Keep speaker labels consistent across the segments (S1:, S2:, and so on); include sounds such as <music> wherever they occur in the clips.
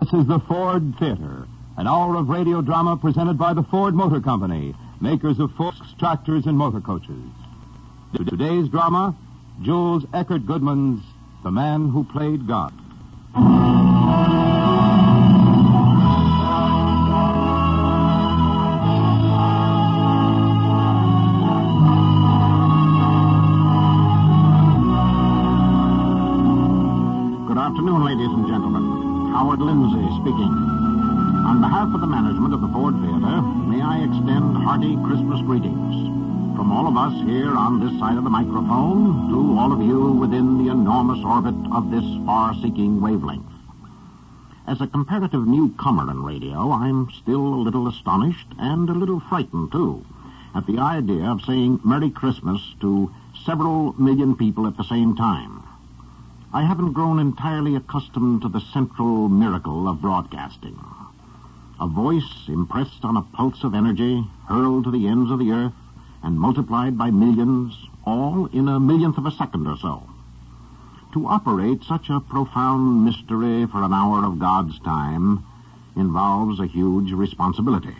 S1: This is the Ford Theater, an hour of radio drama presented by the Ford Motor Company, makers of Fords, tractors, and motor coaches. Today's drama, Jules Eckert Goodman's The Man Who Played God.
S2: Good afternoon, ladies and gentlemen. Howard Lindsay speaking. On behalf of the management of the Ford Theater, may I extend hearty Christmas greetings from all of us here on this side of the microphone to all of you within the enormous orbit of this far-seeking wavelength. As a comparative newcomer in radio, I'm still a little astonished and a little frightened, too, at the idea of saying Merry Christmas to several million people at the same time. I haven't grown entirely accustomed to the central miracle of broadcasting. A voice impressed on a pulse of energy, hurled to the ends of the earth, and multiplied by millions, all in a millionth of a second or so. To operate such a profound mystery for an hour of God's time involves a huge responsibility.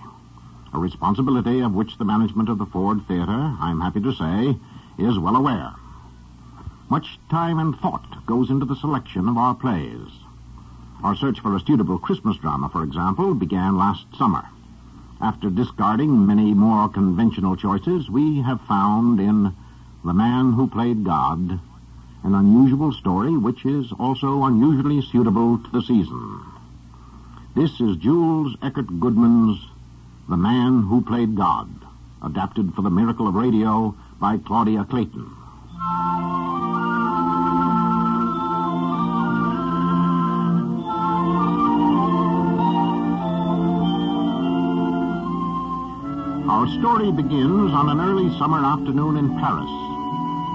S2: A responsibility of which the management of the Ford Theater, I'm happy to say, is well aware. Much time and thought goes into the selection of our plays. Our search for a suitable Christmas drama, for example, began last summer. After discarding many more conventional choices, we have found in The Man Who Played God an unusual story which is also unusually suitable to the season. This is Jules Eckert Goodman's The Man Who Played God, adapted for the miracle of radio by Claudia Clayton. Our story begins on an early summer afternoon in Paris.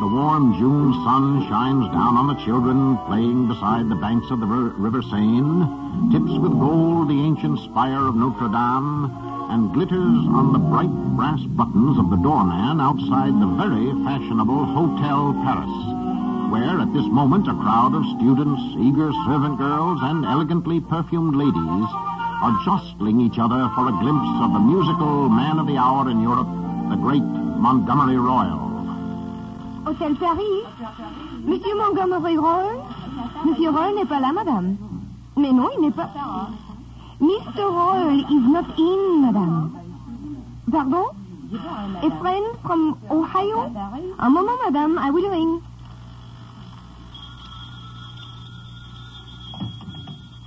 S2: The warm June sun shines down on the children playing beside the banks of the Ri- River Seine, tips with gold the ancient spire of Notre Dame, and glitters on the bright brass buttons of the doorman outside the very fashionable Hotel Paris, where at this moment a crowd of students, eager servant girls, and elegantly perfumed ladies are jostling each other for a glimpse of the musical man of the hour in Europe, the great Montgomery Royal.
S3: Hôtel Paris Monsieur Montgomery Roll Monsieur Roll n'est pas là, madame. Mais non, il n'est pas... Mr. Roll is not in, madame. Pardon A friend from Ohio Un moment, madame, I will ring.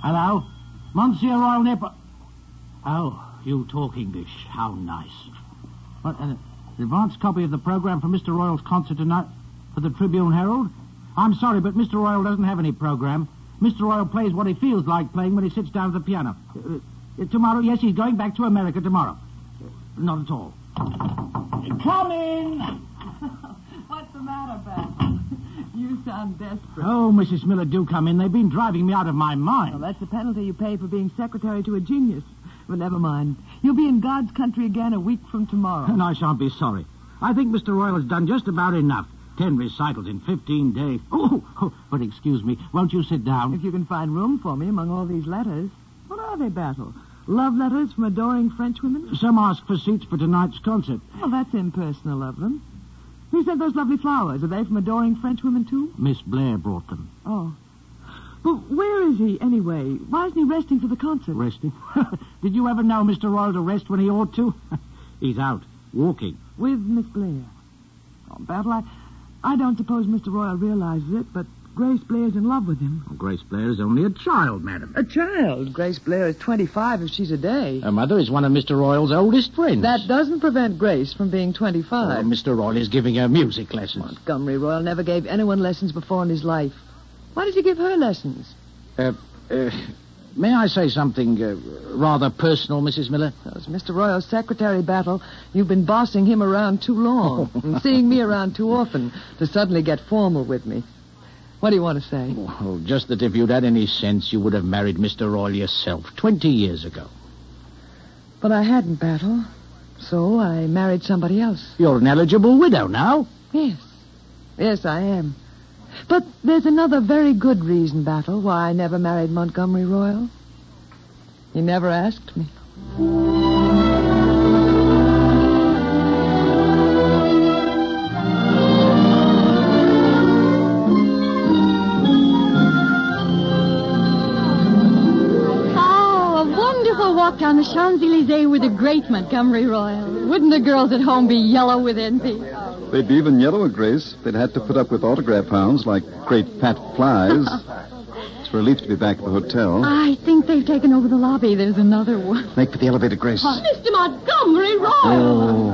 S4: Hello? Monsieur Royal Nipper. Oh, you talk English. How nice. What, an advanced copy of the program for Mr. Royal's concert tonight for the Tribune Herald? I'm sorry, but Mr. Royal doesn't have any program. Mr. Royal plays what he feels like playing when he sits down at the piano. Uh, uh, tomorrow, yes, he's going back to America tomorrow. Uh, not at all. Come in!
S5: <laughs> What's the matter, Beth? You sound desperate.
S4: Oh, Mrs. Miller, do come in. They've been driving me out of my
S5: Well,
S4: mind.
S5: that's the penalty you pay for being secretary to a genius. But never mind. You'll be in God's country again a week from tomorrow.
S4: And I shan't be sorry. I think Mr. Royal has done just about enough. Ten recitals in fifteen days. <laughs> Oh, oh, but excuse me, won't you sit down?
S5: If you can find room for me among all these letters. What are they, Battle? Love letters from adoring French women?
S4: Some ask for seats for tonight's concert.
S5: Well, that's impersonal of them. Who sent those lovely flowers? Are they from adoring French women, too?
S4: Miss Blair brought them.
S5: Oh. But where is he, anyway? Why isn't he resting for the concert?
S4: Resting? <laughs> Did you ever know Mr. Royal to rest when he ought to? He's out, walking.
S5: <laughs> With Miss Blair. Oh, Battle, I, I don't suppose Mr. Royal realizes it, but Grace Blair's in love with him.
S4: Grace Blair is only a child, madam.
S5: A child. Grace Blair is 25 if she's a day.
S4: Her mother is one of Mr. Royal's oldest friends.
S5: That doesn't prevent Grace from being 25.
S4: Mr. uh, Royal is giving her music lessons.
S5: Montgomery Royal never gave anyone lessons before in his life. Why did he give her lessons?
S4: Uh, uh, may I say something uh, rather personal, Mrs. Miller?
S5: Because Mr. Royal's secretary battle, you've been bossing him around too <laughs> long and seeing me around too often to suddenly get formal with me. What do you want to say?
S4: Well, Oh, just that if you'd had any sense, you would have married Mr. Royal yourself 20 years ago.
S5: But I hadn't battle, so I married somebody else.
S4: You're an eligible widow now.
S5: Yes. Yes, I am. But there's another very good reason, Battle, why I never married Montgomery Royal. He never asked me.
S6: Oh, a wonderful walk down the Champs Elysees with the great Montgomery Royal. Wouldn't the girls at home be yellow with envy?
S7: They'd be even yellower, Grace. They'd had to put up with autograph hounds like great fat
S6: <laughs>
S7: flies. it's a relief to be back at the hotel.
S6: I think they've taken over the lobby. There's another one. Oh,
S7: Make for the elevator, Grace.
S8: Mr. Montgomery Royal.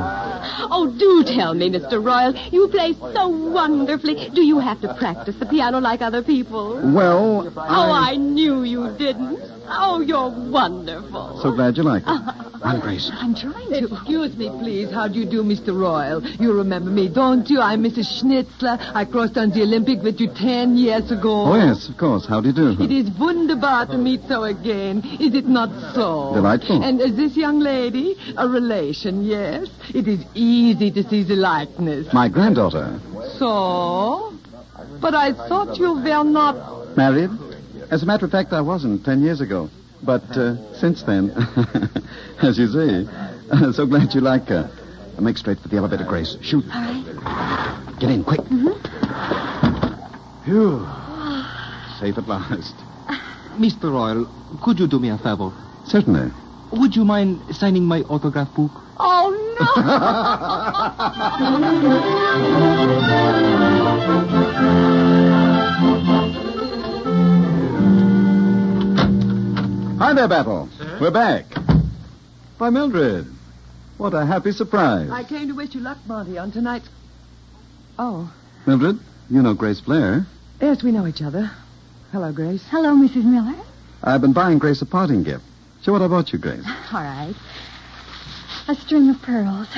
S8: Oh. do tell me, Mr. Royal, you play so wonderfully. Do you have to practice the piano like other people?
S7: Well,
S8: Oh, I knew you didn't. Oh, you're wonderful.
S7: so glad you like it. I'm Grace.
S6: I'm trying to.
S5: Excuse me, please. How do you do, Mr. Royal? You remember me, don't you? I'm Mrs. Schnitzler. I crossed on the Olympic with you ten years ago.
S7: Oh, yes, of course. How do you do?
S5: It is wunderbar to meet so again. Is it not so?
S7: Delightful.
S5: And is this young lady, a relation, yes? It is easy to see the likeness.
S7: My granddaughter.
S5: So? But I thought you were not.
S7: Married? As a matter of fact, I wasn't ten years ago. But uh, since then, <laughs> as you see, <laughs> so glad you like her. Make straight for the elevator, Grace. Shoot. Get in, quick. Phew. Safe at last.
S9: Mr. Royal, could you do me a favor?
S7: Certainly.
S9: Would you mind signing my autograph book?
S7: <laughs> Hi there, Battle. We're back. By Mildred. What a happy surprise.
S5: I came to wish you luck, Monty, on tonight's. Oh,
S7: Mildred, you know Grace Blair.
S5: yes, we know each other. Hello, Grace.
S6: Hello, Mrs. Miller.
S7: I've been buying Grace a parting gift. Show what I bought you, Grace.
S6: All right. A string of pearls.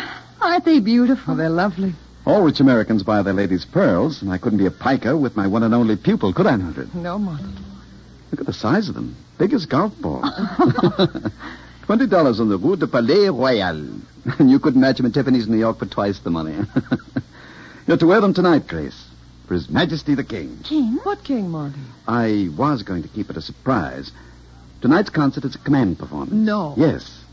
S6: Aren't they beautiful?
S5: Oh, they're lovely.
S7: All rich Americans buy their ladies' pearls, and I couldn't be a piker with my one and only pupil, could I, Mildred?
S5: No, Monty.
S7: Look at the size of them. Big as golf balls. Twenty dollars on the Rue de Palais Royal. <laughs> And you could match them at Tiffany's in New York for twice the money. <laughs> You're to wear them tonight, Grace. For His Majesty the King.
S6: King?
S5: What king, Monty?
S7: I was going to keep it a surprise. Tonight's concert is a command performance.
S5: No.
S7: Yes.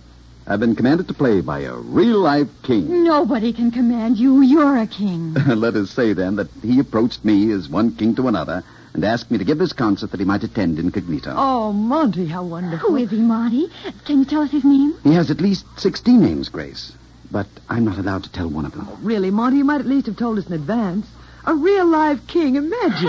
S7: I've been commanded to play by a real life king. <laughs>
S6: Nobody can command you. You're a king.
S7: Let us say, then, that he approached me as one king to another and asked me to give this concert that he might attend incognito.
S5: Oh, Monty, how wonderful.
S6: Who is he, Monty? Can you tell us his name?
S7: He has at least 16 names, Grace. But I'm not allowed to tell one of them.
S5: Really, Monty, you might at least have told us in advance. A real live king, imagine.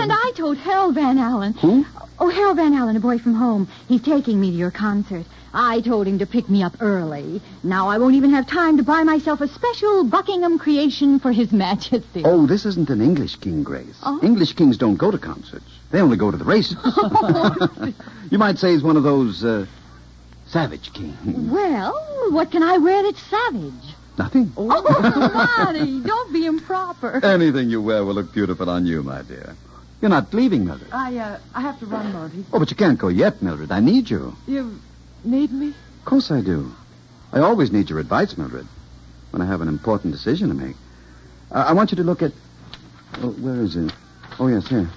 S6: <laughs> And I told Harold Van Allen.
S7: Who?
S6: Oh, Harold Van Allen, a boy from home. He's taking me to your concert. I told him to pick me up early. Now I won't even have time to buy myself a special Buckingham creation for His Majesty.
S7: Oh, this isn't an English king, Grace.
S6: Oh.
S7: English kings don't go to concerts. They only go to the races. you might say he's one of those uh, savage kings.
S6: Well, what can I wear that's savage?
S7: Nothing.
S6: Oh, <laughs> Marty, don't be improper.
S7: Anything you wear will look beautiful on you, my dear. You're not leaving, Mildred.
S5: I, uh, I have to run, Monty.
S7: Oh, but you can't go yet, Mildred. I need you.
S5: You need me?
S7: Of course I do. I always need your advice, Mildred, when I have an important decision to make. I, I want you to look at. Oh, where is it? Oh, yes, here.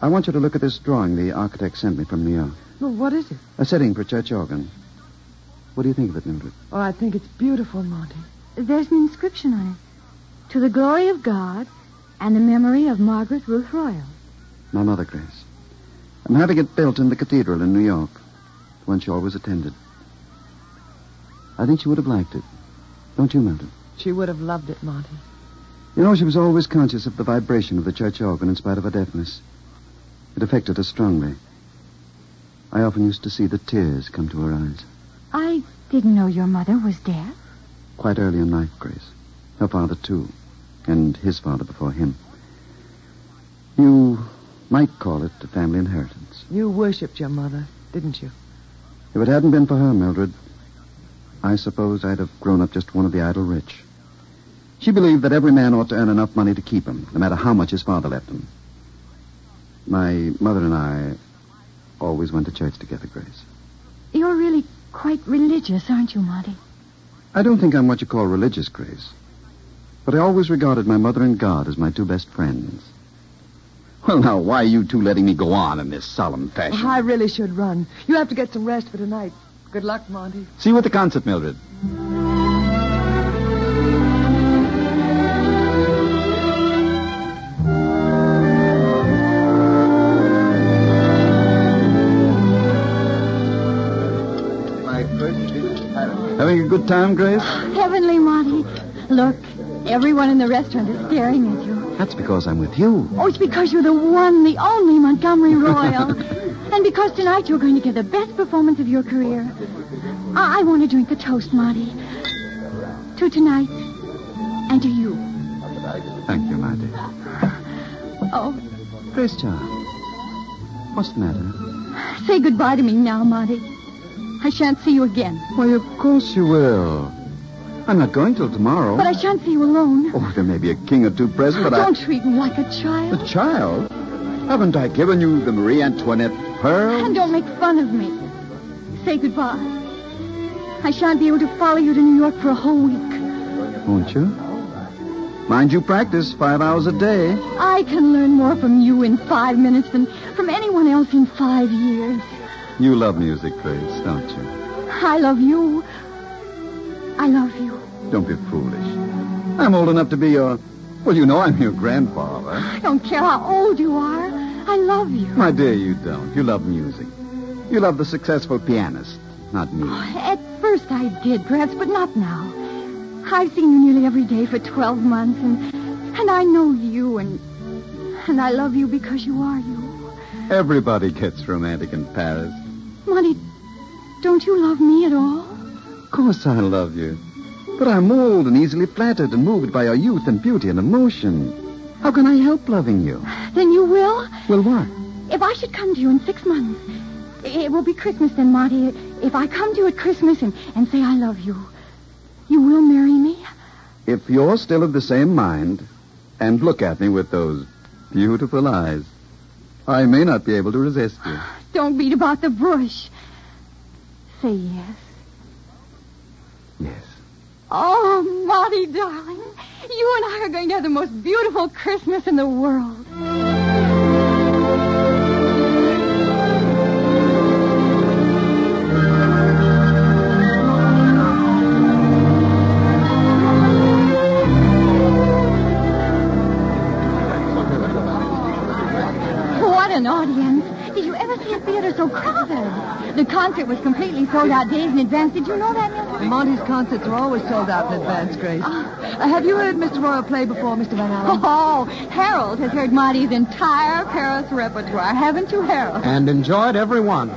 S7: I want you to look at this drawing the architect sent me from New York.
S5: Well, what is it?
S7: A setting for a church organ. What do you think of it, Mildred?
S5: Oh, I think it's beautiful, Monty.
S6: There's an inscription on it. To the glory of God and the memory of Margaret Ruth Royal.
S7: My mother, Grace. I'm having it built in the cathedral in New York, the one she always attended. I think she would have liked it. Don't you, Mildred?
S5: She would have loved it, Monty.
S7: You know, she was always conscious of the vibration of the church organ in spite of her deafness. It affected her strongly. I often used to see the tears come to her eyes.
S6: I didn't know your mother was deaf.
S7: Quite early in life, Grace. Her father, too. And his father before him. You might call it a family inheritance.
S5: You worshipped your mother, didn't you?
S7: If it hadn't been for her, Mildred, I suppose I'd have grown up just one of the idle rich. She believed that every man ought to earn enough money to keep him, no matter how much his father left him. My mother and I always went to church together, Grace.
S6: You're really quite religious, aren't you, Monty?
S7: I don't think I'm what you call religious, Grace. But I always regarded my mother and God as my two best friends. Well, now, why are you two letting me go on in this solemn fashion?
S5: I really should run. You have to get some rest for tonight. Good luck, Monty.
S7: See you at the concert, Mildred. Having a good time, Grace?
S6: Heavenly, Monty. Look, everyone in the restaurant is staring at you.
S7: That's because I'm with you.
S6: Oh, it's because you're the one, the only Montgomery Royal.
S7: <laughs>
S6: and because tonight you're going to give the best performance of your career. I, I want to drink a toast, Marty. To tonight and to you.
S7: Thank you, my dear.
S6: Oh,
S7: Grace Child. What's the matter?
S6: say goodbye to me now, Marty. I shan't see you again.
S7: Why, of course you will. I'm not going till tomorrow.
S6: But I shan't see you alone.
S7: Oh, there may be a king or two present, Oh. but I.
S6: Don't treat me like a child.
S7: The child? Haven't I given you the Marie Antoinette pearl?
S6: And don't make fun of me. Say goodbye. I shan't be able to follow you to New York for a whole week.
S7: Won't you? Mind you practice five hours a day.
S6: I can learn more from you in five minutes than from anyone else in five years.
S7: You love music, Grace, don't you?
S6: I love you. I love you.
S7: Don't be foolish. I'm old enough to be your. Well, you know I'm your grandfather.
S6: I don't care how old you are. I love you.
S7: My dear, you don't. You love music. You love the successful pianist, not me.
S6: Oh, At first I did, perhaps, but not now. I've seen you nearly every day for 12 months, and, and I know you, and, and I love you because you are you.
S7: Everybody gets romantic in Paris.
S6: Monty, don't you love me at all?
S7: Of course I love you. But I'm old and easily flattered and moved by your youth and beauty and emotion. How can I help loving you?
S6: Then you will?
S7: Well, what?
S6: If I should come to you in six months, it will be Christmas then, Marty. If I come to you at Christmas and, and say I love you, you will marry me?
S7: If you're still of the same mind and look at me with those beautiful eyes, I may not be able to resist you.
S6: Don't beat about the bush. Say yes.
S7: Yes.
S6: Oh, Marty, darling, you and I are going to have the most beautiful Christmas in the world. What an audience. Did you ever see a theater so crowded? The concert was completely sold out days in advance. Did you know that, Oh. Mildred?
S5: Monty's concerts are always sold out in advance, Grace. Uh, have you heard Mr. Royal play before, Mr. Van Allen?
S6: <laughs> Oh, Harold has heard Marty's entire Paris repertoire, haven't you, Harold?
S10: And enjoyed every one.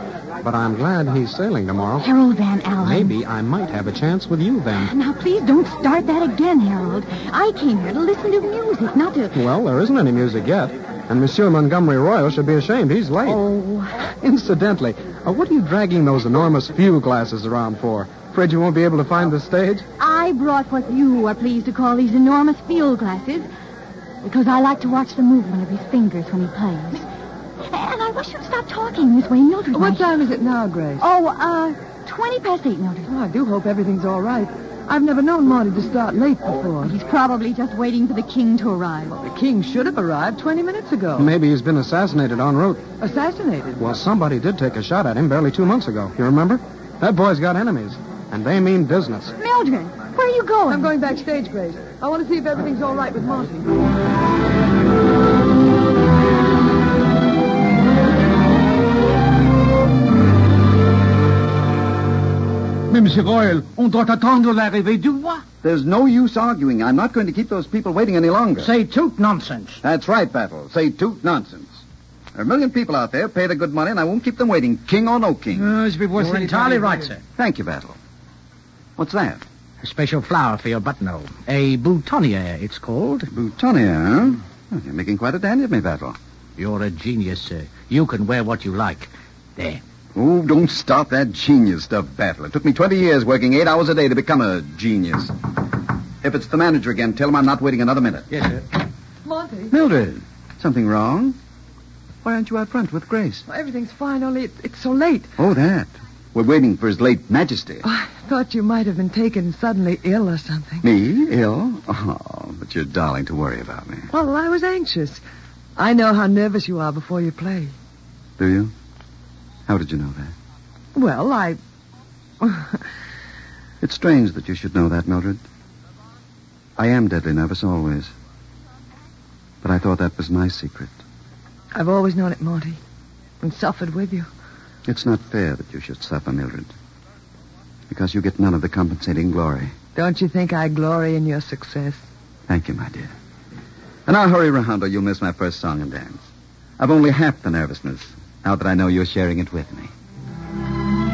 S10: But I'm glad he's sailing tomorrow.
S6: Harold Van Allen.
S10: Maybe I might have a chance with you then.
S6: Now, please don't start that again, Harold. I came here to listen to music, not to.
S10: Well, there isn't any music yet. And Monsieur Montgomery Royal should be ashamed. He's late.
S6: Oh,
S10: Incidentally, uh, what are you dragging those enormous view glasses around for? Afraid you won't be able to find the stage?
S6: I brought what you are pleased to call these enormous field glasses because I like to watch the movement of his fingers when he plays. And I wish you'd stop talking this way, Mildred.
S5: What
S6: might-
S5: time is it now, Grace?
S6: Oh, uh, 20 past 8, Mildred.
S5: Oh, I do hope everything's all right. I've never known Monty to start late before.
S6: He's probably just waiting for the king to arrive.
S5: The king should have arrived 20 minutes ago.
S10: Maybe he's been assassinated en route.
S5: Assassinated.
S10: Well, somebody did take a shot at him barely two months ago. You remember? That boy's got enemies, and they mean business.
S6: Mildred, where are you going?
S5: I'm going backstage, Grace. I want to see if everything's all right with Monty.
S4: Mais, Monsieur Royal, on doit attendre l'arrivée du roi.
S7: There's no use arguing. I'm not going to keep those people waiting any longer.
S4: Say toot nonsense.
S7: That's right, Battle. Say toot nonsense. There are a million people out there, pay the good money, and I won't keep them waiting, king or no king.
S4: Uh, You're entirely right, sir.
S7: Thank you, Battle. What's that?
S4: A special flower for your buttonhole. A boutonniere, it's called.
S7: Boutonniere, huh? Well, you're making quite a dandy of me, Battle.
S4: You're a genius, sir. You can wear what you like. There.
S7: Oh, don't start that genius stuff, Battle. It took me 20 years working eight hours a day to become a genius. If it's the manager again, tell him I'm not waiting another minute.
S4: Yes, sir.
S5: Monty?
S7: Mildred, something wrong? Why aren't you out front with Grace?
S5: Well, everything's fine, only it, it's so late.
S7: Oh, that. We're waiting for his late majesty.
S5: I thought you might have been taken suddenly ill or something.
S7: Me? Ill? Oh, but you're darling to worry about me.
S5: Well, I was anxious. I know how nervous you are before you play.
S7: Do you? How did you know that?
S5: Well, I <laughs>
S7: It's strange that you should know that, Mildred. I am deadly nervous always. But I thought that was my secret.
S5: I've always known it, Morty, and suffered with you.
S7: It's not fair that you should suffer, Mildred. Because you get none of the compensating glory.
S5: Don't you think I glory in your success?
S7: Thank you, my dear. And now hurry, Rehondo. You'll miss my first song and dance. I've only half the nervousness now that I know you're sharing it with me.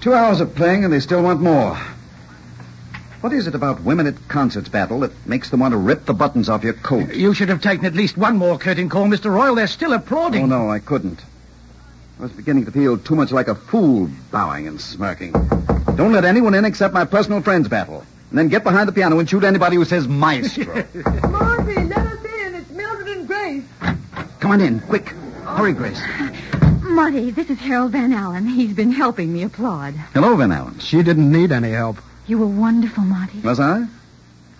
S7: Two hours of playing, and they still want more. What is it about women at concerts, Battle, that makes them want to rip the buttons off your coat?
S4: You should have taken at least one more curtain call, Mr. Royal. They're still applauding.
S7: Oh, no, I couldn't. I was beginning to feel too much like a fool bowing and smirking. Don't let anyone in except my personal friends, Battle. And then get behind the piano and shoot anybody who says
S4: <laughs>
S7: maestro.
S5: Morty, let us in. It's Mildred and Grace.
S7: Come on in, quick. Hurry, Grace.
S6: Marty, this is Harold Van Allen. He's been helping me applaud.
S7: Hello, Van Allen.
S10: She didn't need any help.
S6: You were wonderful, Marty.
S7: Was I?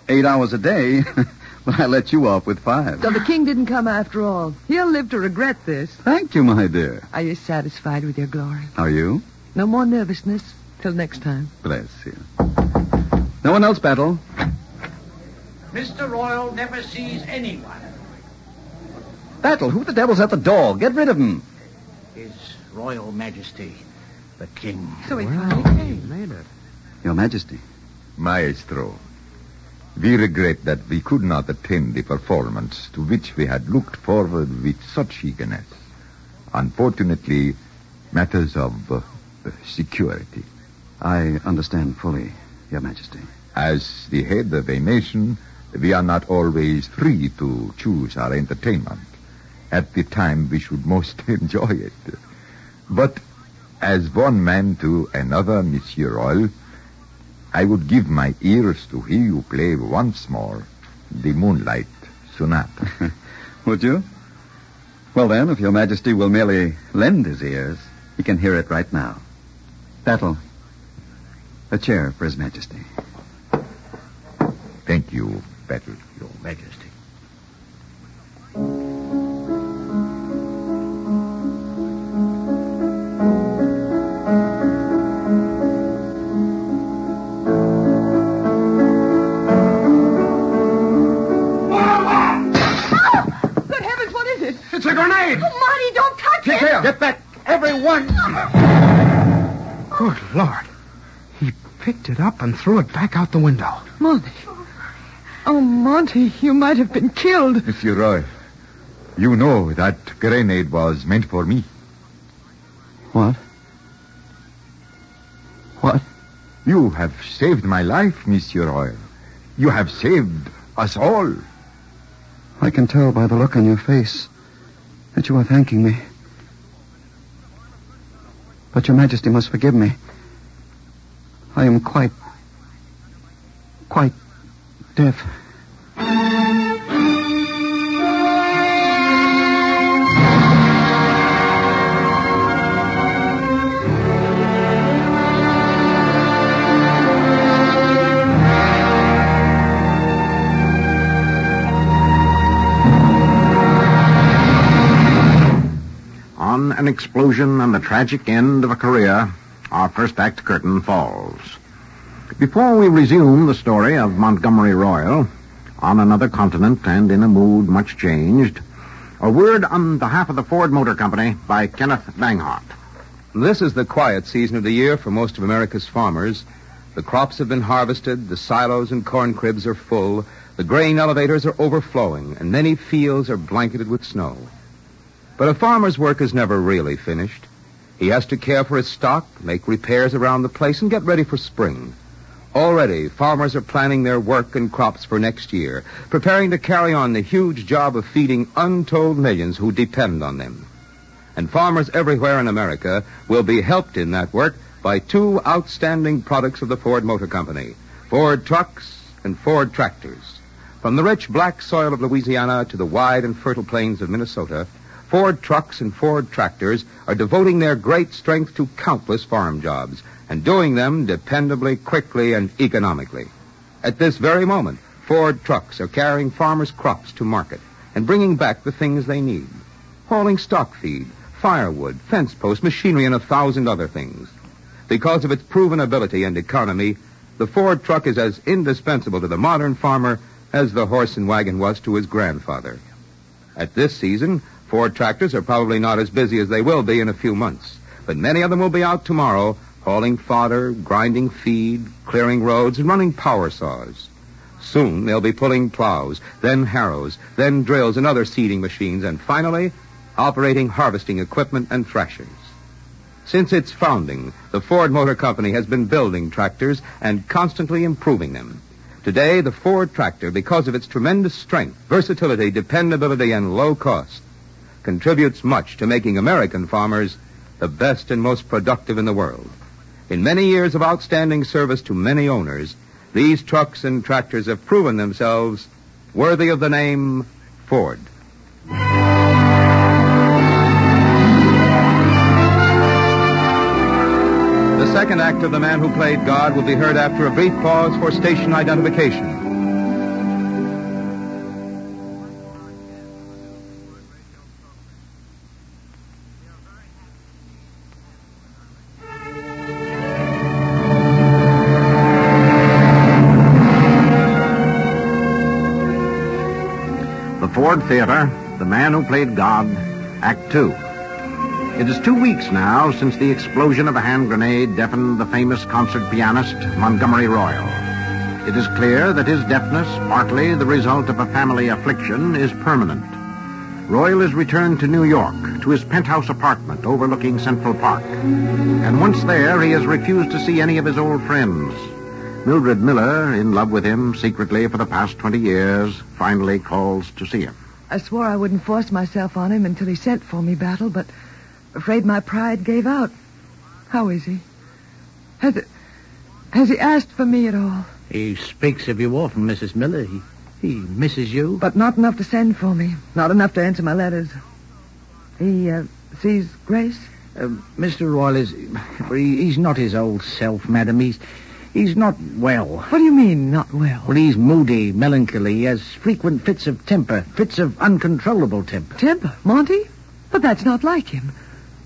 S7: Eight hours a day, <laughs> but I let you off with five.
S5: So the king didn't come after all. He'll live to regret this.
S7: Thank you, my dear.
S5: Are you satisfied with your glory?
S7: Are you?
S5: No more nervousness. Till next time.
S7: Bless you. No one else, Battle.
S4: Mr. Royal never sees anyone.
S7: Battle, who the devil's at the door? Get rid of him.
S4: His Royal Majesty, the King.
S5: So he finally came.
S7: Your Majesty.
S11: Maestro, we regret that we could not attend the performance to which we had looked forward with such eagerness. Unfortunately, matters of uh, security.
S7: I understand fully, Your Majesty.
S11: As the head of a nation, we are not always free to choose our entertainment at the time we should most <laughs> enjoy it. But as one man to another, Monsieur Royal, I would give my ears to hear you play once more the Moonlight Sonata.
S7: <laughs> Would you? Well, then, if Your Majesty will merely lend his ears, he can hear it right now. Battle. A chair for His Majesty.
S11: Thank you, Battle, Your Majesty.
S5: Oh, Good heavens, what is it?
S10: It's a grenade!
S5: Oh, Marty, don't touch it.
S10: Here.
S7: Get back, everyone!
S10: Good Lord. He picked it up and threw it back out the window.
S5: Monty. Oh, Monty, you might have been killed.
S11: Monsieur Roy, you know that grenade was meant for me.
S7: What? What?
S11: You have saved my life, Monsieur Roy. You have saved us all.
S7: I can tell by the look on your face that you are thanking me. But your majesty must forgive me. I am quite, quite deaf.
S2: On an explosion and the tragic end of a career, our first act curtain falls. Before we resume the story of Montgomery Royal, on another continent and in a mood much changed, a word on behalf of the Ford Motor Company by Kenneth Banghart.
S9: This is the quiet season of the year for most of America's farmers. The crops have been harvested, the silos and corn cribs are full, the grain elevators are overflowing, and many fields are blanketed with snow. But a farmer's work is never really finished. He has to care for his stock, make repairs around the place, and get ready for spring. Already, farmers are planning their work and crops for next year, preparing to carry on the huge job of feeding untold millions who depend on them. and farmers everywhere in America will be helped in that work by two outstanding products of the Ford Motor Company Ford trucks and Ford tractors. From the rich black soil of Louisiana to the wide and fertile plains of Minnesota, Ford trucks and Ford tractors are devoting their great strength to countless farm jobs and doing them dependably, quickly, and economically. At this very moment, Ford trucks are carrying farmers' crops to market and bringing back the things they need hauling stock feed, firewood, fence posts, machinery, and a thousand other things. Because of its proven ability and economy, the Ford truck is as indispensable to the modern farmer as the horse and wagon was to his grandfather. At this season, Ford tractors are probably not as busy as they will be in a few months, but many of them will be out tomorrow hauling fodder, grinding feed, clearing roads, and running power saws. Soon they'll be pulling plows, then harrows, then drills and other seeding machines, and finally operating harvesting equipment and thrashers. Since its founding, the Ford Motor Company has been building tractors and constantly improving them. Today, the Ford tractor, because of its tremendous strength, versatility, dependability, and low cost, contributes much to making American farmers the best and most productive in the world. In many years of outstanding service to many owners, these trucks and tractors have proven themselves worthy of the name Ford. The second act of The Man Who Played God will be heard after a brief pause for station identification.
S2: The Ford Theater, The Man Who Played God, Act Two. It is two weeks now since the explosion of a hand grenade deafened the famous concert pianist, Montgomery Royal. It is clear that his deafness, partly the result of a family affliction, is permanent. Royal is returned to New York, to his penthouse apartment overlooking Central Park. And once there, he has refused to see any of his old friends. Mildred Miller, in love with him secretly for the past 20 years, finally calls to see him.
S5: I swore I wouldn't force myself on him until he sent for me, Battle, but afraid my pride gave out. How is he? Has it, has he asked for me at all?
S4: He speaks of you often, Mrs. Miller. He, he misses you.
S5: But not enough to send for me. Not enough to answer my letters. He uh, sees Grace.
S4: Uh, Mr. Royal is. He, he's not his old self, madam. He's. He's not well.
S5: What do you mean, not well?
S4: Well, he's moody, melancholy. He has frequent fits of temper, fits of uncontrollable temper.
S5: Temper, Monty? But that's not like him.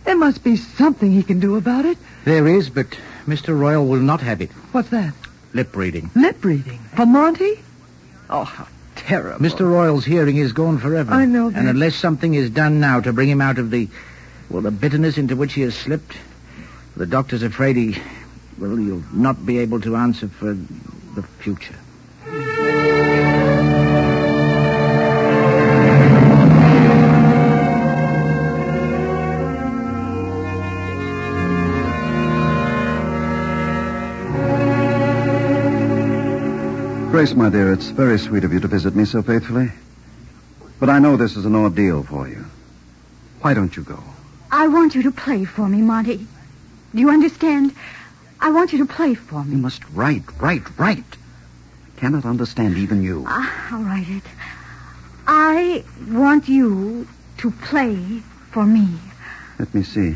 S5: There must be something he can do about it.
S4: There is, but Mr. Royal will not have it.
S5: What's that?
S4: Lip reading.
S5: Lip reading for Monty? Oh, how terrible!
S4: Mr. Royal's hearing is gone forever.
S5: I know that.
S4: And unless something is done now to bring him out of the, well, the bitterness into which he has slipped, the doctor's afraid he, well, he'll not be able to answer for the future.
S12: Grace, my dear, it's very sweet of you to visit me so faithfully. But I know this is an ordeal for you. Why don't you go?
S6: I want you to play for me, Monty. Do you understand? I want you to play for me.
S12: You must write, write, write. I cannot understand even you.
S6: Ah, I'll write it. I want you to play for me.
S12: Let me see.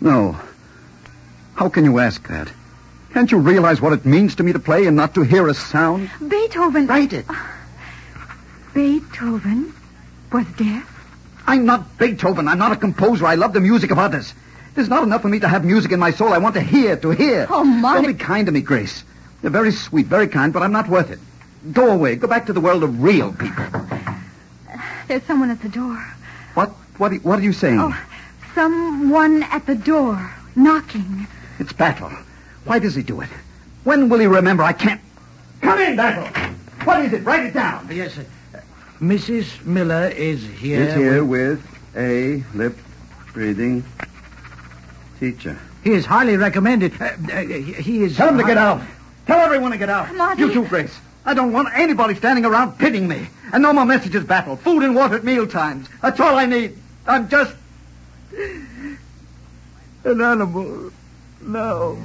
S12: No. How can you ask that? Can't you realize what it means to me to play and not to hear a sound?
S6: Beethoven. Uh,
S12: Write it.
S6: Beethoven was deaf.
S12: I'm not Beethoven. I'm not a composer. I love the music of others. There's not enough for me to have music in my soul. I want to hear, to hear.
S6: Oh, my.
S12: Don't be kind to me, Grace. You're very sweet, very kind, but I'm not worth it. Go away. Go back to the world of real people.
S6: There's someone at the door.
S12: What? What? What are you saying?
S6: Oh, someone at the door knocking.
S12: It's Battle. Why does he do it? When will he remember? I can't. Come in, Battle. What is it? Write it down.
S4: Yes, sir. Mrs. Miller is here.
S12: Is here with a lip breathing teacher.
S4: He is highly recommended. Uh, uh, he is.
S12: Tell him to get out. Tell everyone to get out.
S6: Marty.
S12: You too, Grace. I don't want anybody standing around pitying me. And no more messages, Battle. Food and water at meal times. That's all I need. I'm just
S5: An animal. No.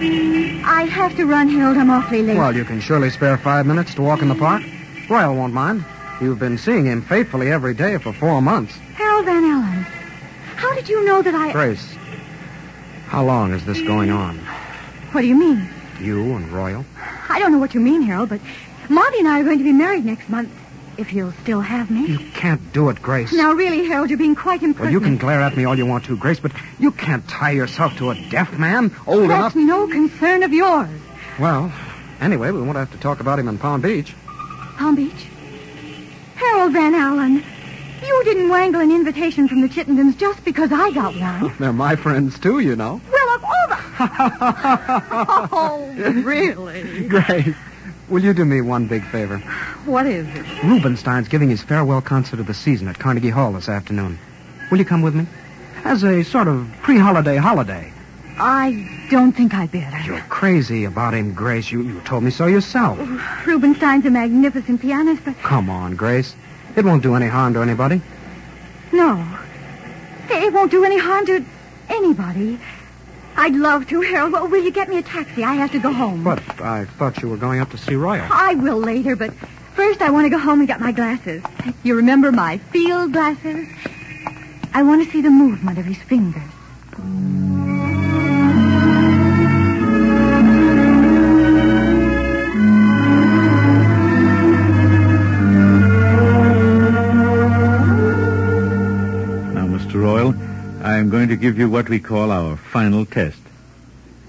S6: I have to run, Harold. I'm awfully late.
S10: Well, you can surely spare five minutes to walk in the park. Royal won't mind. You've been seeing him faithfully every day for four months.
S6: Harold Van Allen, how did you know that I.
S10: Grace, how long is this going on?
S6: What do you mean?
S10: You and Royal?
S6: I don't know what you mean, Harold, but Marty and I are going to be married next month. If you'll still have me.
S10: You can't do it, Grace.
S6: Now, really, Harold, you're being quite
S10: Well,
S6: impertinent.
S10: you can glare at me all you want to, Grace, but you can't tie yourself to a deaf man old enough.
S6: That's no concern of yours.
S10: Well, anyway, we won't have to talk about him in Palm Beach.
S6: Palm Beach? Harold Van Allen, you didn't wangle an invitation from the Chittendens just because I got one.
S10: <laughs> They're my friends, too, you know. <laughs>
S6: Well, of all the... oh, really?
S10: Grace, will you do me one big favor?
S6: What is it?
S10: Rubinstein's giving his farewell concert of the season at Carnegie Hall this afternoon. Will you come with me? As a sort of pre-holiday holiday.
S6: I don't think I better.
S10: You're crazy about him, Grace. You, you told me so yourself.
S6: Rubinstein's a magnificent pianist, but
S10: Come on, Grace. It won't do any harm to anybody.
S6: no. It won't do any harm to anybody. I'd love to, Harold. Well, will you get me a taxi? I have to go home.
S10: But I thought you were going up to see Royal.
S6: I will later, but first I want to go home and get my glasses. You remember my field glasses? I want to see the movement of his fingers.
S13: Now, Mr. Royal, I'm going to give you what we call our final test.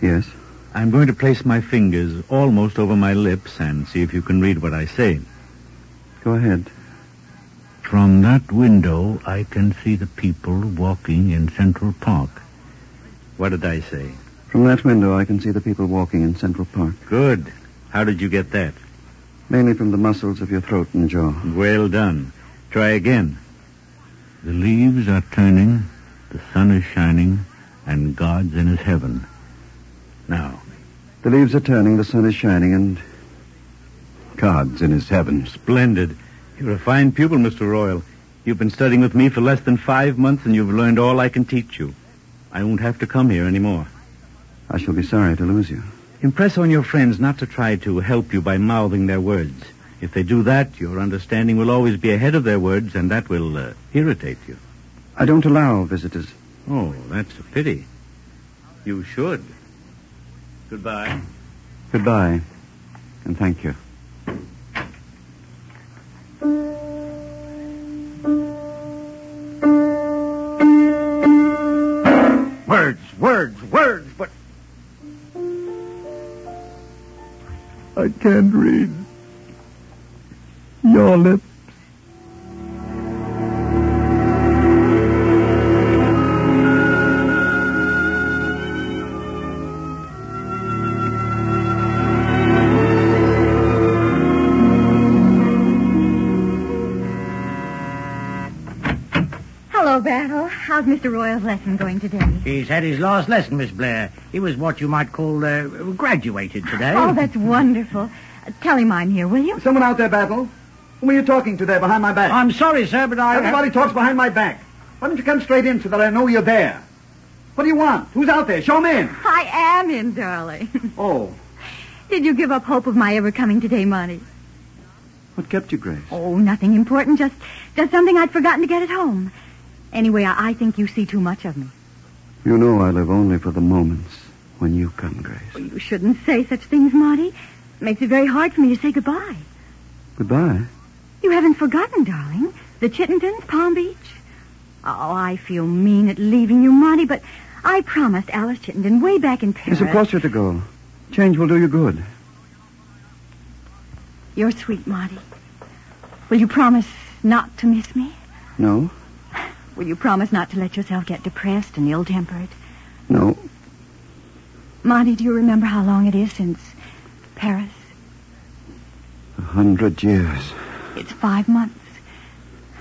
S7: Yes?
S13: I'm going to place my fingers almost over my lips and see if you can read what I say.
S7: Go ahead.
S13: From that window, I can see the people walking in Central Park. What did I say?
S7: From that window, I can see the people walking in Central Park,
S13: Good. How did you get that?
S7: mainly from the muscles of your throat and jaw.
S13: Well done. Try again. The leaves are turning, the sun is shining, and God's in his heaven. Now,
S7: The leaves are turning, the sun is shining, and God's in his heaven.
S13: Splendid. You're a fine pupil, Mr. Royal. You've been studying with me for less than five months, and you've learned all I can teach you. I won't have to come here anymore.
S7: I shall be sorry to lose you.
S13: Impress on your friends not to try to help you by mouthing their words. If they do that, your understanding will always be ahead of their words, and that will uh, irritate you.
S7: I don't allow visitors.
S13: Oh, that's a pity. You should. Goodbye.
S7: Goodbye, and thank you.
S14: Words, words, words, but. I can't read. Your lips.
S6: Hello, Battle. How's Mr. Royal's lesson going today?
S15: He's had his last lesson, Miss Blair. He was what you might call uh, graduated today.
S6: Oh, that's wonderful. Uh, Tell him I'm here, will you?
S15: Someone out there, Battle.
S10: Who are you talking to there behind my back?
S15: I'm sorry, sir, but I.
S10: Everybody talks behind my back. Why don't you come straight in so that I know you're there? What do you want? Who's out there? Show me in.
S6: I am in, darling.
S10: Oh,
S6: Did you give up hope of my ever coming today, Monty?
S7: What kept you, Grace?
S6: Oh, nothing important. Just, just something I'd forgotten to get at home. Anyway, I, I think you see too much of me.
S7: You know I live only for the moments when you come, Grace.
S6: Oh, You shouldn't say such things, Marty. Makes it very hard for me to say goodbye.
S7: Goodbye.
S6: You haven't forgotten, darling. The Chittendens, Palm Beach. Oh, I feel mean at leaving you, Marty, but I promised Alice Chittenden way back in Paris.
S7: Yes, of course you're to go. Change will do you good.
S6: You're sweet, Marty. Will you promise not to miss me?
S7: No,
S6: Will you promise not to let yourself get depressed and ill-tempered?
S7: no.
S6: Marty, do you remember how long it is since Paris?
S7: A hundred years.
S6: It's five months.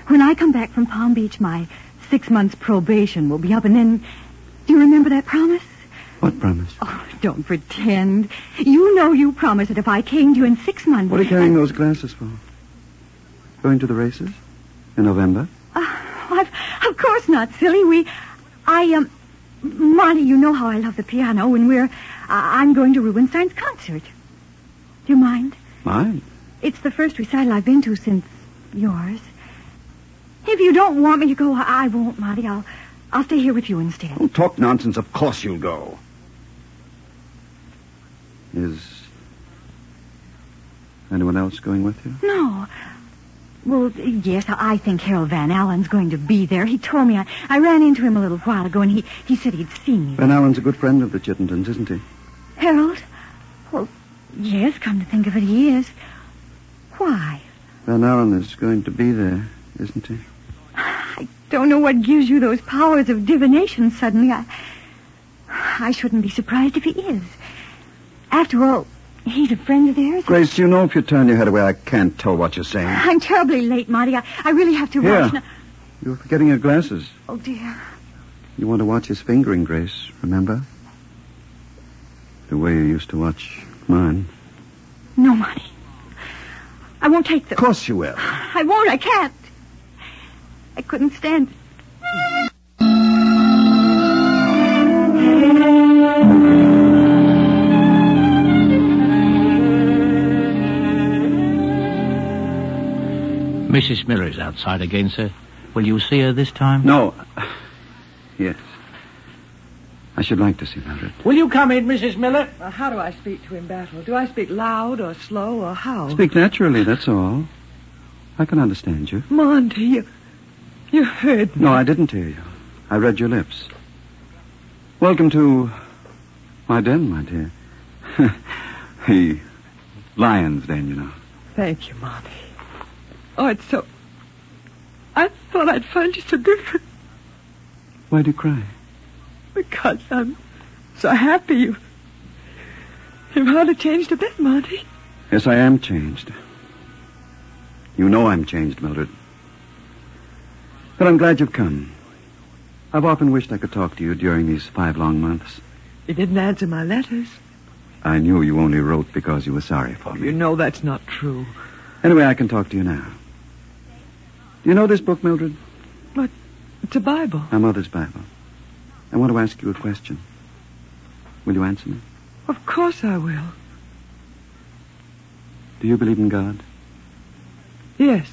S6: When I come back from Palm Beach, my six months probation will be up, and then Do you remember that promise?
S16: What promise?
S6: Don't pretend. You know you promised that if I came to you in six months.
S7: What are you carrying those glasses for? Going to the races? In November?
S6: Oh, I've- of course not, silly. We, I, um, Monty, you know how I love the piano, and we're, I I'm going to Rubinstein's concert. Do you mind?
S7: Mine?
S6: It's the first recital I've been to since yours. If you don't want me to go, I, I won't, Monty. I'll, I'll stay here with you instead.
S7: Don't talk Oh, nonsense. Of course you'll go. Is anyone else going with you?
S6: No. Well, yes, I I think Harold Van Allen's going to be there. He told me I, I ran into him a little while ago, and he, he said he'd seen you.
S7: Van Allen's a good friend of the Chittendens, isn't he?
S6: Harold? Well, yes, come to think of it, he is. Why?
S7: Van Allen is going to be there, isn't he?
S6: Don't know what gives you those powers of divination suddenly. I, I shouldn't be surprised if he is. After all, he's a friend of theirs.
S7: Grace, you know if you turn your head away, I can't tell what you're saying.
S6: I'm terribly late, Marty. I, I really have to
S7: Here.
S6: rush. now.
S7: You're forgetting your glasses.
S6: Oh, dear.
S7: You want to watch his fingering, Grace, remember? The way you used to watch mine.
S6: No, Marty. I won't take them.
S7: Of course you will.
S6: I won't. I can't. I couldn't stand it.
S4: Mrs. Miller is outside again, sir. Will you see her this time?
S7: No. Yes. I should like to see Mildred.
S4: Will you come in, Mrs. Miller?
S5: Well, how do I speak to him, Battle? Do I speak loud or slow or how?
S7: Speak naturally, that's all. I can understand you.
S5: Monty, you, you heard me.
S7: No, I didn't hear you. I read your lips. Welcome to my den, my dear. <laughs> the lion's den, you know.
S5: Thank you, Monty. Oh, it's so. I thought I'd find you so different
S7: Why do you cry?
S5: because I'm so happy you. You've hardly changed a bit, Monty.
S7: Yes, I am changed. You know I'm changed, Mildred. But I'm glad you've come. I've often wished I could talk to you during these five long months.
S5: You didn't answer my letters.
S7: I knew you only wrote because you were sorry for me.
S5: You know that's not true.
S7: Anyway, I can talk to you now. Do you know this book, Mildred?
S5: It's a Bible.
S7: My mother's Bible. I want to ask you a question. Will you answer me?
S5: Of course I will.
S7: Do you believe in God?
S5: Yes.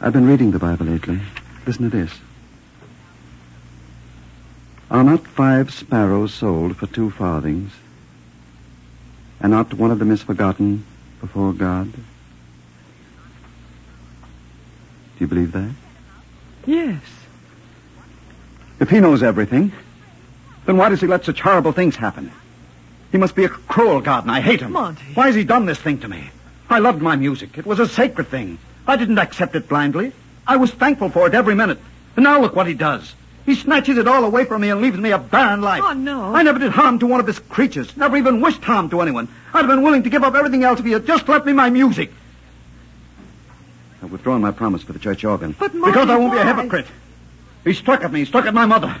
S7: I've been reading the Bible lately. Listen to this. Are not five sparrows sold for two farthings? And not one of them is forgotten before God? Do you believe that?
S5: Yes.
S7: If he knows everything, then why does he let such horrible things happen? He must be a cruel God, and I hate him.
S5: Monty.
S7: Why has he done this thing to me? I loved my music. It was a sacred thing. I didn't accept it blindly. I was thankful for it every minute. And now look what he does. He snatches it all away from me and leaves me a barren life.
S5: Oh, no.
S7: I never did harm to one of his creatures. Never even wished harm to anyone. I'd have been willing to give up everything else if he had just left me my music. I've withdrawn my promise for the church organ.
S5: But, Monty,
S7: because I won't be
S5: why?
S7: a hypocrite. He struck at me. He struck at my mother.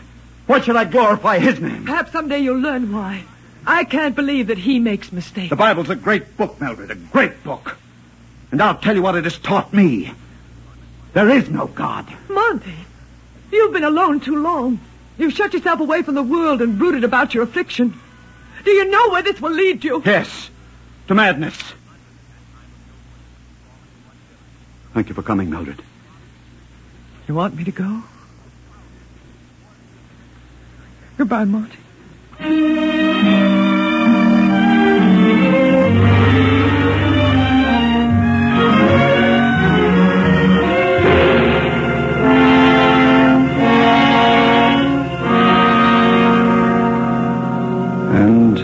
S7: Why should I glorify his name?
S5: Perhaps someday you'll learn why. I can't believe that he makes mistakes.
S7: The Bible's a great book, Mildred, a great book. And I'll tell you what it has taught me. There is no God.
S5: Monty, you've been alone too long. You've shut yourself away from the world and brooded about your affliction. Do you know where this will lead you?
S7: Yes, to madness. Thank you for coming, Mildred.
S5: You want me to go? Goodbye, Monty.
S7: And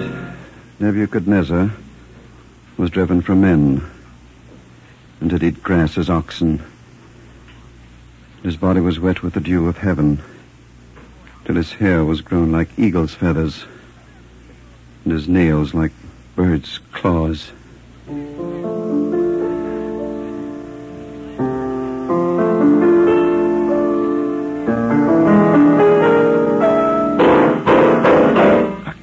S7: Nebuchadnezzar was driven from men and did eat grass as oxen. His body was wet with the dew of heaven, till his hair was grown like eagle's feathers, and his nails like birds' claws.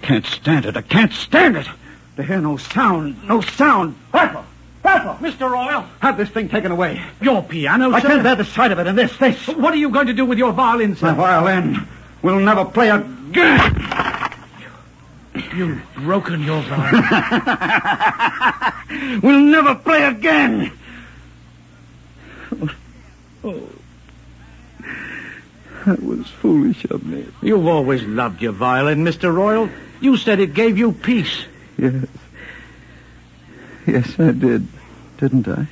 S12: can't stand it. I can't stand it. To hear no sound, no sound. Papa! Papa! Mr. Royal! Have this thing taken away. Your piano, I
S4: sir?
S12: can't bear the sight of it and this, this. What are you going to do with your violin, sir? My violin will never play again.
S4: You've broken your
S12: <laughs>
S4: vow.
S12: We'll never play again.
S4: oh,
S12: That was foolish of me.
S4: you've always loved your violin, Mr. Royal. You said it gave you peace.
S17: Yes. Yes, I did. Didn't I?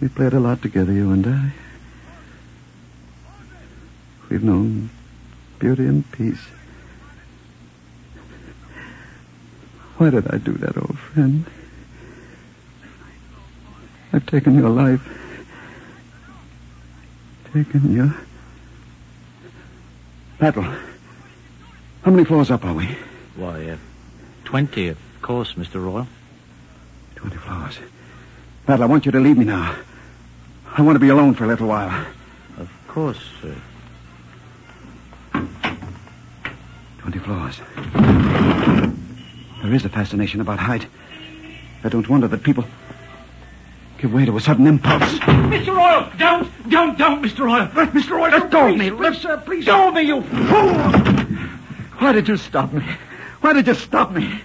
S17: We played a lot together, you and I. We've known beauty and peace. Why did I do that, old friend? I've taken your life. Taken your.
S7: Battle. How many floors up are we?
S18: Why, uh, 20, of course, Mr. Royal.
S7: Twenty floors. Battle, I want you to leave me now. I want to be alone for a little while.
S18: Of course, sir.
S7: Twenty floors. There is a fascination about height. I don't wonder that people give way to a sudden impulse.
S4: Mr. Royal, don't, don't, don't, Mr. Royal. Mr. Royal, let go of me. Please, sir, please. Go of me, you fool.
S12: Why did you stop me? Why did you stop me?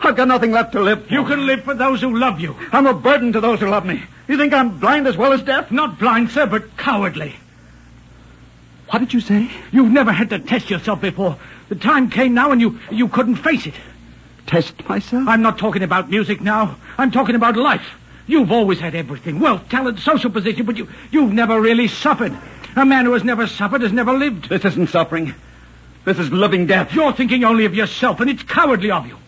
S12: I've got nothing left to live for. You can live for those who love you. I'm a burden to those who love me. You think I'm blind as well as deaf? Not blind, sir, but cowardly. What did you say?
S4: You've never had to test yourself before. The time came now and you, you couldn't face it.
S12: Test myself?
S4: I'm not talking about music now. I'm talking about life. You've always had everything wealth, talent, social position, but you, you've never really suffered. A man who has never suffered has never lived. This isn't suffering. This is living death. You're thinking only of yourself, and it's cowardly of you.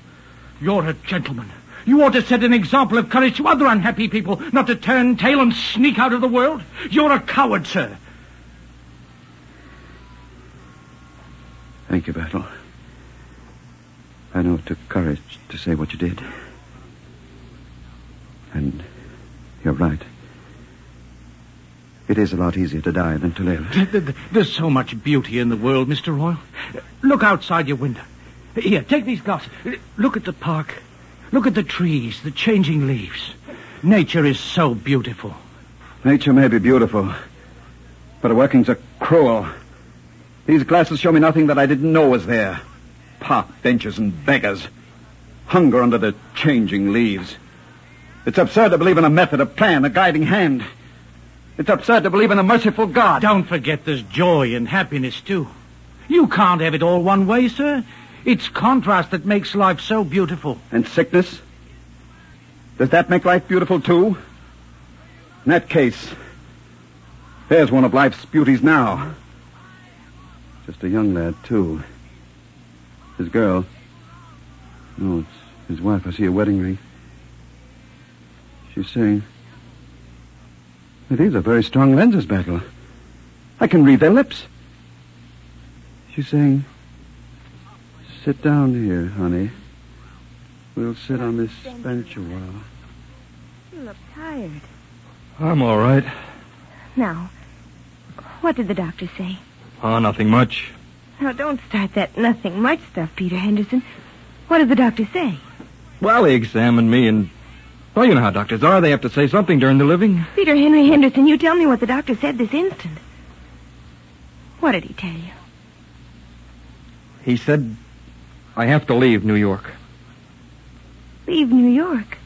S4: You're a gentleman. You ought to set an example of courage to other unhappy people, not to turn tail and sneak out of the world. You're a coward, sir.
S7: Thank you, Battle. I know it took courage to say what you did. And you're right. It is a lot easier to die than to live.
S4: Th- th- There's so much beauty in the world, Mr. Royal. Look outside your window. Here, take these glasses. Look at the park. Look at the trees, the changing leaves. Nature is so beautiful.
S7: Nature may be beautiful, but her workings are cruel. These glasses show me nothing that I didn't know was there. Park benches and beggars. Hunger under the changing leaves. It's absurd to believe in a method, a plan, a guiding hand. It's absurd to believe in a merciful God.
S4: Don't forget there's joy and happiness, too. You can't have it all one way, sir. It's contrast that makes life so beautiful.
S7: And sickness? Does that make life beautiful, too? In that case, there's one of life's beauties now.
S17: Just a young lad, too. His girl. No, it's his wife. I see a wedding ring. She's saying.
S7: Hey, These are very strong lenses, Battle. I can read their lips.
S17: She's saying, Sit down here, honey. We'll sit on this bench a while.
S19: You look tired.
S20: I'm all right.
S19: Now, what did the doctor say?
S20: Oh, nothing much.
S19: Now, don't start that nothing much stuff, Peter Henderson. What did the doctor say?
S20: Well, he examined me and. Well, you know how doctors are. They have to say something during the living.
S19: Peter Henry Henderson, you tell me what the doctor said this instant. What did he tell you?
S20: He said, I have to leave New York.
S19: Leave New York.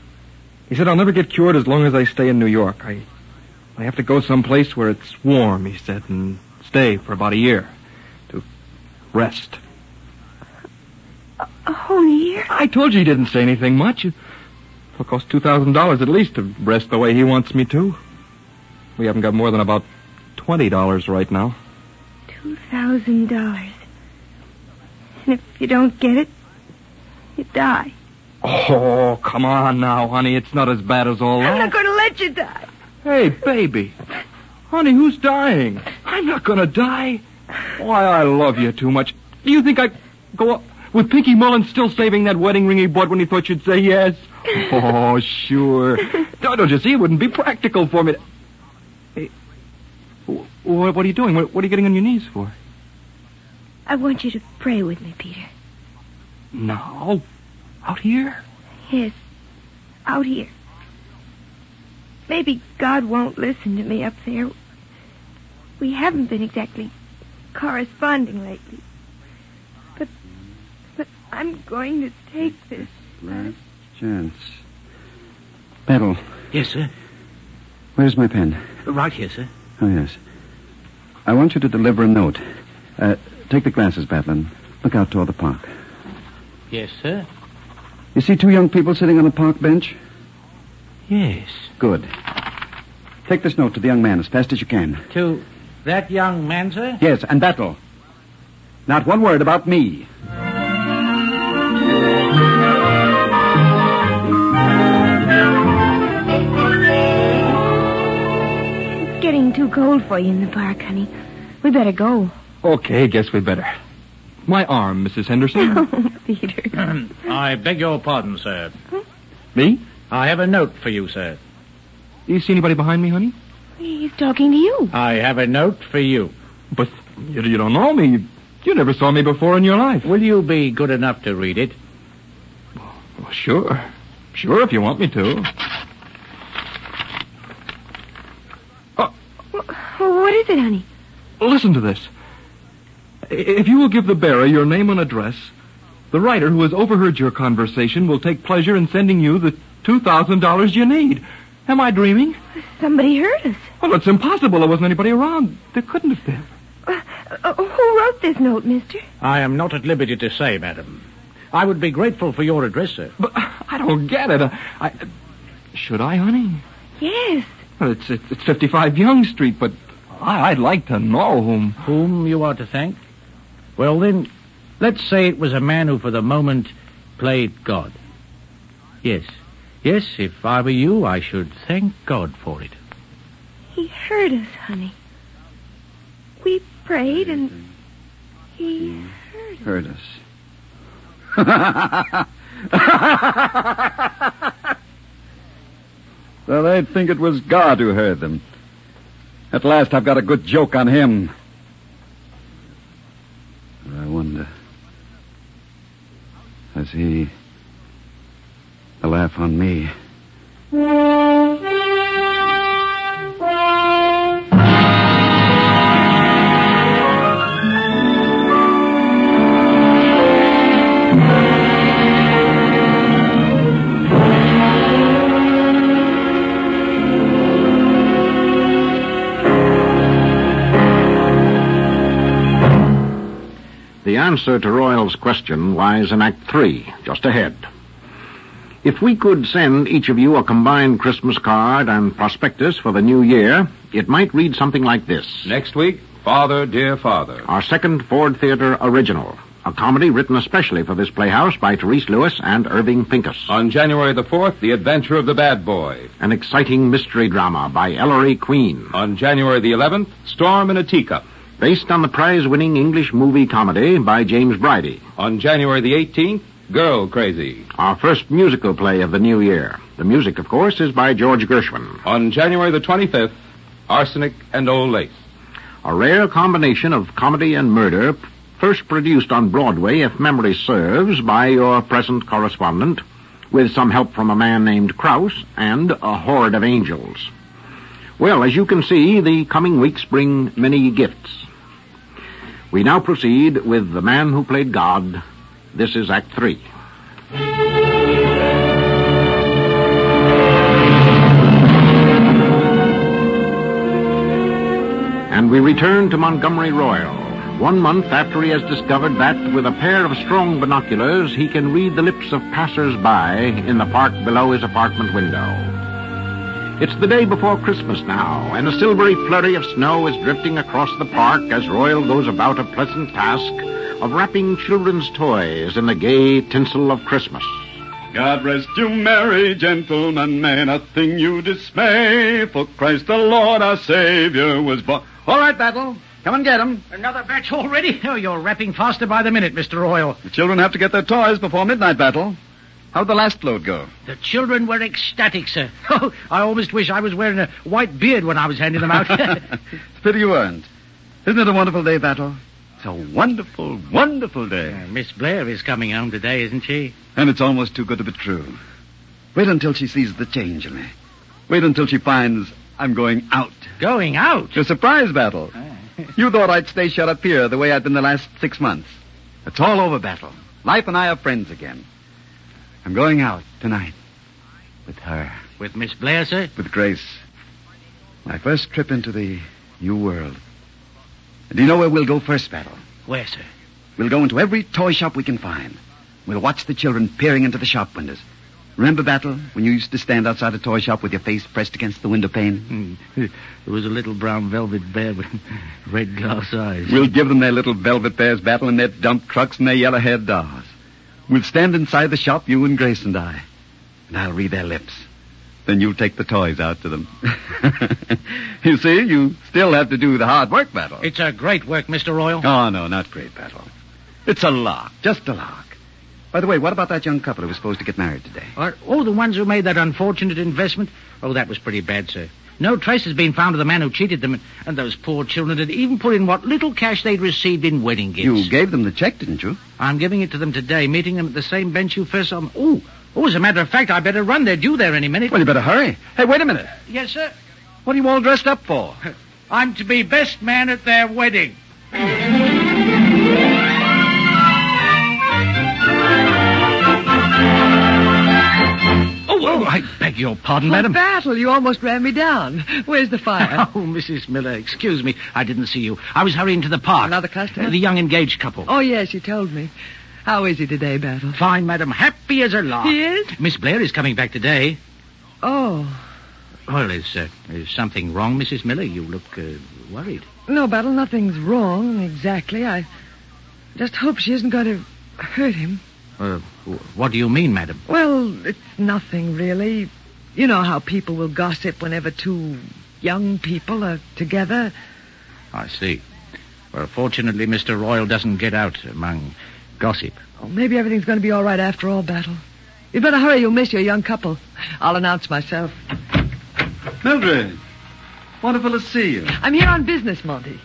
S20: He said, I'll never get cured as long as I stay in New York. I, I have to go someplace where it's warm, he said, and stay for about a year to rest.
S19: A whole year?
S20: I told you he didn't say anything much. It'll cost $2,000 at least to rest the way he wants me to. We haven't got more than about $20 right now.
S19: Two thousand dollars. And if you don't get it, you die.
S20: Oh, come on now, honey. It's not as bad as all
S19: I'm
S20: that.
S19: not going to let you die.
S20: Hey, baby. Honey, who's dying? I'm not gonna die. Why, I love you too much. Do you think I go up with Pinky Mullins still saving that wedding ring he bought when he thought you'd say yes? Oh, sure. Don't don't you see? It wouldn't be practical for me. To... Hey, wh- what are you doing? What, what are you getting on your knees for?
S19: I want you to pray with me, Peter.
S20: Now? Out here?
S19: Yes, out here. Maybe God won't listen to me up there. We haven't been exactly corresponding lately. But, but I'm going to take this.
S7: Last chance. Battle,
S4: Yes, sir.
S7: where's my pen?
S4: Right here, sir.
S7: Oh, yes. I want you to deliver a note. Uh, take the glasses, Batlin. Look out toward the park.
S4: Yes, sir.
S7: You see two young people sitting on a park bench?
S4: Yes.
S7: Good. Take this note to the young man as fast as you can.
S4: To that young man, sir?
S7: Yes, and Battle. Not one word about me.
S19: It's getting too cold for you in the park, honey. We better go. <laughs>
S20: Okay, guess we better. My arm, Mrs. Henderson.
S19: Peter.
S21: I beg your pardon, sir.
S20: Me?
S21: I have a note for you, sir.
S20: Do you see anybody behind me, honey?
S19: He's talking to you.
S21: I have a note for you.
S20: But you, you don't know me. You, you never saw me before in your life.
S21: Will you be good enough to read it?
S20: Well, Oh, sure. Sure, if you want me to.
S19: What is it, honey?
S20: Listen to this. I- If you will give the bearer your name and address, the writer who has overheard your conversation will take pleasure in sending you the $2,000 you need. Am I dreaming?
S19: Somebody heard us.
S20: Well, it's impossible. There wasn't anybody around. There couldn't have been.
S19: Uh, who wrote this note, mister?
S21: I am not at liberty to say, madam. I would be grateful for your address, sir.
S20: But I don't get it. I, I, should I, honey?
S19: Yes.
S20: Well, it's, it's, it's 55 Young Street, but I, I'd like to know whom.
S21: Whom you are to thank? Well, then, let's say it was a man who, for the moment, played God. Yes. Yes, if I were you, I should thank God for it.
S19: He heard us, honey. We prayed and he
S7: Heard us. <laughs>
S12: <laughs>
S7: well, they'd think it was God who heard them. At last, I've got a good joke on him. I wonder. Has he the laugh on me?
S2: The answer to Royal's question lies in Act Three, just ahead. If we could send each of you a combined Christmas card and prospectus for the new year, it might read something like this
S9: Next week, Father, Dear Father.
S2: Our second Ford Theater original, a comedy written especially for this playhouse by Therese Lewis and Irving Pincus.
S9: On January the 4th, The Adventure of the Bad Boy.
S2: An exciting mystery drama by Ellery Queen.
S9: On January the 11th, Storm in a Teacup.
S2: Based on the prize winning English movie comedy by James Bridie.
S9: On January the 18th, Girl Crazy.
S2: Our first musical play of the new year. The music, of course, is by George Gershwin.
S9: On January the 25th, Arsenic and Old Lace.
S2: A rare combination of comedy and murder, p- first produced on Broadway, if memory serves, by your present correspondent, with some help from a man named Krauss and a horde of angels. Well, as you can see, the coming weeks bring many gifts. We now proceed with The Man Who Played God. This is Act Three. And we return to Montgomery Royal, one month after he has discovered that with a pair of strong binoculars he can read the lips of passers-by in the park below his apartment window. It's the day before Christmas now, and a silvery flurry of snow is drifting across the park as Royal goes about a pleasant task of wrapping children's toys in the gay tinsel of Christmas.
S22: God rest you merry, gentlemen, may nothing you dismay, for Christ the Lord our Savior was born. All right, Battle, come and get 'em.
S4: Another batch already? Oh, you're wrapping faster by the minute, Mr. Royal.
S22: The children have to get their toys before midnight, Battle. How'd the last load go?
S4: The children were ecstatic, sir. <laughs> Oh, I almost wish I was wearing a
S22: <laughs>
S4: white beard when I was handing them out. <laughs>
S22: It's a pity you weren't. Isn't it a wonderful day, Battle?
S7: It's a wonderful, wonderful day.
S4: Miss Blair is coming home today, isn't she?
S7: And it's almost too good to be true. Wait until she sees the change in me. Wait until she finds I'm going out.
S4: Going out?
S7: A surprise battle.
S4: <laughs>
S7: you thought I'd stay shut up here the way I've been the last six months. It's all over, Battle. Life and I are friends again. I'm going out tonight. With her.
S4: With Miss Blair, sir?
S7: With Grace. My first trip into the new world. And do you know where we'll go first, Battle?
S4: Where, sir?
S7: We'll go into every toy shop we can find. We'll watch the children peering into the shop windows. Remember, Battle, when you used to stand outside a toy shop with your face pressed against the window pane?
S4: <laughs> It Hmm. was a little brown velvet bear with <laughs> red glass eyes.
S7: We'll give them their little velvet bears, Battle, and their dump trucks and their yellow haired dolls. We'll stand inside the shop, you and Grace and I. And I'll read their lips. Then you'll take the toys out to them. <laughs> you see, you still have to do the hard work, Battle.
S4: It's a great work, Mr. Royal.
S7: Oh, no, not great, Battle. It's a lark, just a lark. By the way, what about that young couple who was supposed to get married today?
S4: Or, oh, the ones who made that unfortunate investment? Oh, that was pretty bad, sir. No trace has been found of the man who cheated them, and- and those poor children had even put in what little cash they'd received in wedding gifts.
S7: You gave them the check, didn't you?
S4: I'm giving it to them today, meeting them at the same bench you first saw them. Oh, oh, as a matter of fact, I better run. They're due there any minute. Uh,
S7: Well, you better hurry. Hey, wait a minute.
S4: Yes, sir.
S7: What are you all dressed up for?
S4: <laughs> I'm to be best man at their wedding.
S7: Oh, oh, I beg your pardon,
S5: Oh,
S7: madam.
S5: Battle, you almost ran me down. Where's the fire?
S4: <laughs> Oh, Mrs. Miller, excuse me. I didn't see you. I was hurrying to the park. Another
S5: customer?
S4: The young engaged couple.
S5: oh, yes, you told me. How is he today, Battle?
S4: Fine, madam. Happy as a lark.
S5: He is?
S4: Miss Blair is coming back today.
S5: Oh.
S4: Well, is, uh, is something wrong, Mrs. Miller? You look uh, worried.
S5: No, Battle, nothing's wrong exactly. I just hope she isn't going to hurt him.
S4: Uh, w- what do you mean, madam?
S5: Well, it's nothing really. You know how people will gossip whenever two young people are together.
S4: I see. Well, fortunately, Mr. Royal doesn't get out among gossip.
S5: Oh, maybe everything's going to be all right after all, Battle. You'd better hurry. You'll miss your young couple. I'll announce myself.
S7: Mildred, wonderful to see you.
S5: I'm here on business, Monty.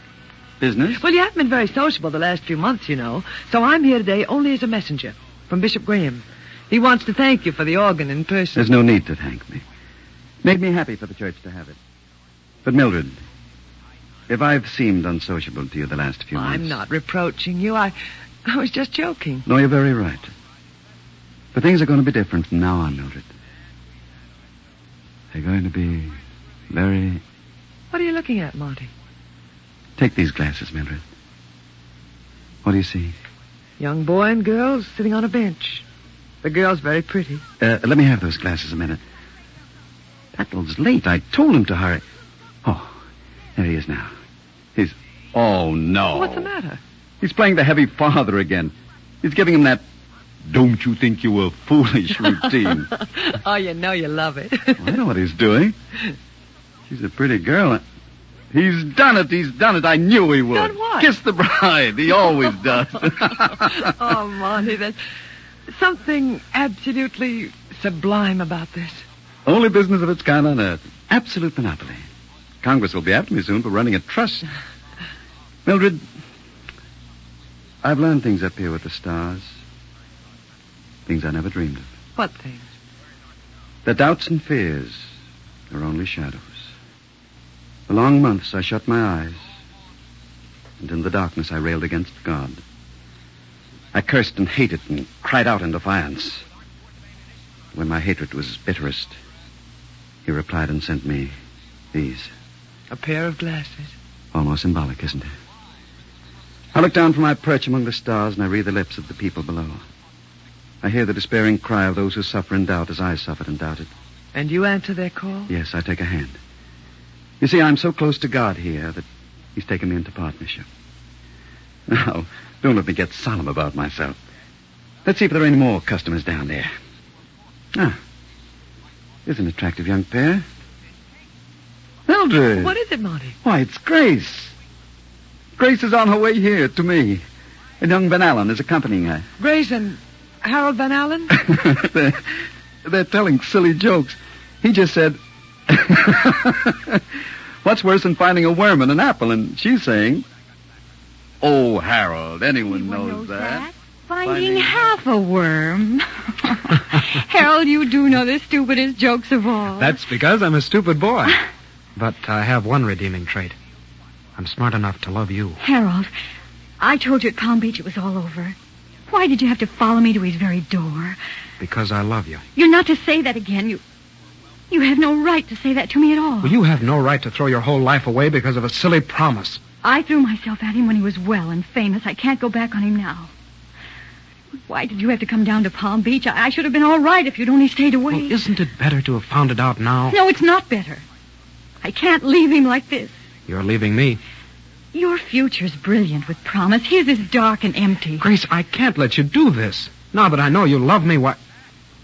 S7: Business?
S5: Well, you haven't been very sociable the last few months, you know. So I'm here today only as a messenger from Bishop Graham. He wants to thank you for the organ in person.
S7: There's no need to thank me. Made me happy for the church to have it. But, Mildred, if I've seemed unsociable to you the last few months.
S5: I'm not reproaching you. I, I was just joking.
S7: No, you're very right. But things are going to be different from now on, Mildred. They're going to be very.
S5: What are you looking at, Monty?
S7: Take these glasses, Mildred. What do you see?
S5: Young boy and girl sitting on a bench. The girl's very pretty.
S7: Uh, let me have those glasses a minute. Battle's late. I told him to hurry. Oh, there he is now. He's. Oh, no.
S5: What's the matter?
S7: He's playing the heavy father again. He's giving him that. Don't you think you
S5: <laughs>
S7: were foolish routine?
S5: oh, you know you love
S7: <laughs>
S5: it.
S7: I know what he's doing. She's a pretty girl. He's done it. He's done it. I knew he would.
S5: Done what?
S7: Kiss the bride.
S5: <laughs>
S7: He always does. <laughs>
S5: oh, Monty, there's something absolutely sublime about this.
S7: Only business of its kind on earth. Absolute monopoly. Congress will be after me soon for running a trust. Mildred, I've learned things up here with the stars. Things I never dreamed of.
S5: What thing?
S7: The doubts and fears are only shadows. For long months I shut my eyes, and in the darkness I railed against God. I cursed and hated and cried out in defiance. When my hatred was bitterest, he replied and sent me these.
S5: A pair of glasses.
S7: Almost symbolic, isn't it? I look down from my perch among the stars and I read the lips of the people below. I hear the despairing cry of those who suffer in doubt as I suffered and doubted.
S5: And you answer their call?
S7: Yes, I take a hand. You see, I'm so close to God here that He's taken me into partnership. Now, don't let me get solemn about myself. Let's see if there are any more customers down there. Ah, here's an attractive young pair. Mildred!
S5: What is it, Monty?
S7: Why, it's Grace. Grace is on her way here to me. And young Van Allen is accompanying her.
S5: Grace and Harold Van
S7: <laughs>
S5: Allen?
S7: they're, <laughs> they're telling silly jokes. He just said, <laughs> What's worse than finding a worm in an apple? And she's saying,
S23: Oh, Harold, anyone, knows, that.
S6: Finding half a worm. <laughs> Harold, you do know the stupidest jokes of all.
S10: That's because I'm a stupid boy. But I have one redeeming trait. I'm smart enough to love you.
S6: Harold, I told you at Palm Beach it was all over. Why did you have to follow me to his very door?
S10: Because I love you.
S6: You're not to say that again. You, you have no right to say that to me at all.
S10: Well, you have no right to throw your whole life away because of a silly promise.
S6: I threw myself at him when he was well and famous. I can't go back on him now. Why did you have to come down to Palm Beach? I, I should have been all right if you'd only stayed away.
S10: Well, isn't it better to have found it out now?
S6: No, it's not better. I can't leave him like this.
S10: You're leaving me.
S6: Your future's brilliant with promise. His is dark and empty.
S10: Grace, I can't let you do this. Now that I know you love me, why.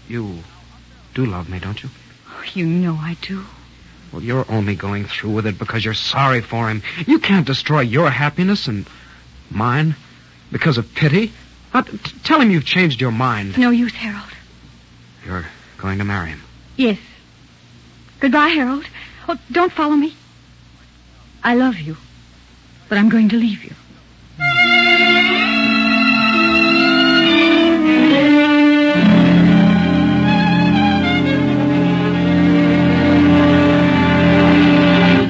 S10: You do love me, don't you?
S6: Oh, you know I do.
S10: Well, you're only going through with it because you're sorry for him. You can't destroy your happiness and mine because of pity. Now, t- t- tell him you've changed your mind.
S6: No use, Harold.
S10: You're going to marry him.
S6: Yes. Goodbye, Harold. Oh, don't follow me. I love you, but I'm going to leave you.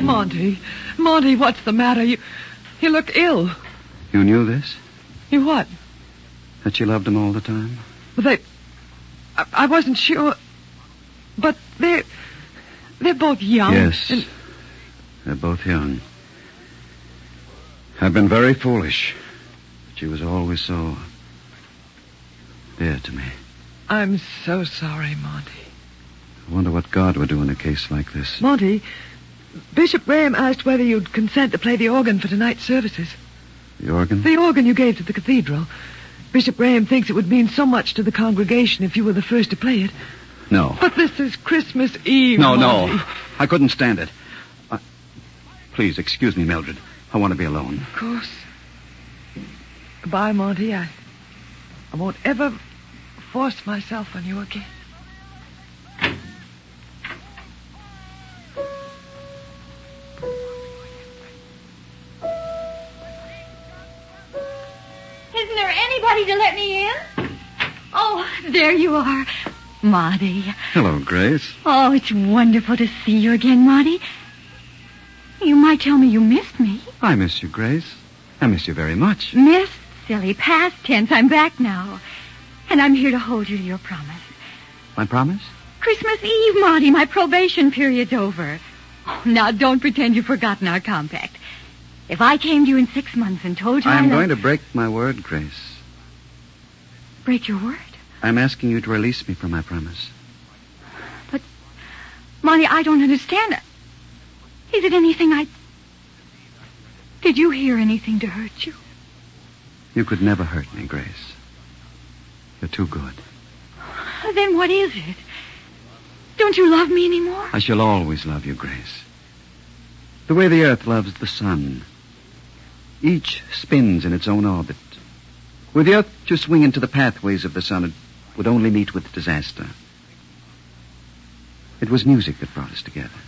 S5: Monty, Monty, what's the matter? You, you look ill.
S7: You knew this?
S5: You what?
S7: That she loved him all the time?
S5: Well, they. I, I wasn't sure. But they're. They're both young.
S7: Yes.
S5: and-
S7: They're both young. I've been very foolish. But she was always so dear to me.
S5: I'm so sorry, Monty.
S7: I wonder what God would do in a case like this.
S5: Monty, Bishop Graham asked whether you'd consent to play the organ for tonight's services.
S7: The organ?
S5: The organ you gave to the cathedral. Bishop Graham thinks it would mean so much to the congregation if you were the first to play it.
S7: No.
S5: But this is Christmas <laughs> Eve.
S7: No,
S5: Monty.
S7: no. I couldn't stand it. I... Please, excuse me, Mildred. I want to be alone.
S5: Of course. Goodbye, Monty. I, I won't ever force myself on you again.
S19: <laughs> Isn't there anybody to let me in?
S6: Oh, there you are, Marty.
S7: Hello, Grace.
S6: Oh, it's wonderful to see you again, Marty. You might tell me you missed me.
S7: I miss you, Grace. I miss you very much.
S6: Missed, silly, past tense. I'm back now. And I'm here to hold you to your promise.
S7: My promise?
S6: Christmas Eve, Marty, my probation period's over. Oh, now don't pretend you've forgotten our compact. If I came to you in six months and told you uh, I
S7: I'm
S6: loved-
S7: going to break my word, Grace.
S6: break your word.
S7: I'm asking you to release me from my promise.
S6: Marty, I don't understand. Is it anything I. Did you hear anything to hurt you?
S7: You could never hurt me, Grace. You're too good.
S6: Then what is it? Don't you love me anymore?
S7: I shall always love you, Grace. The way the earth loves the sun. Each spins in its own orbit. Were the earth to swing into the pathways of the sun, it would only meet with disaster. It was music that brought us together.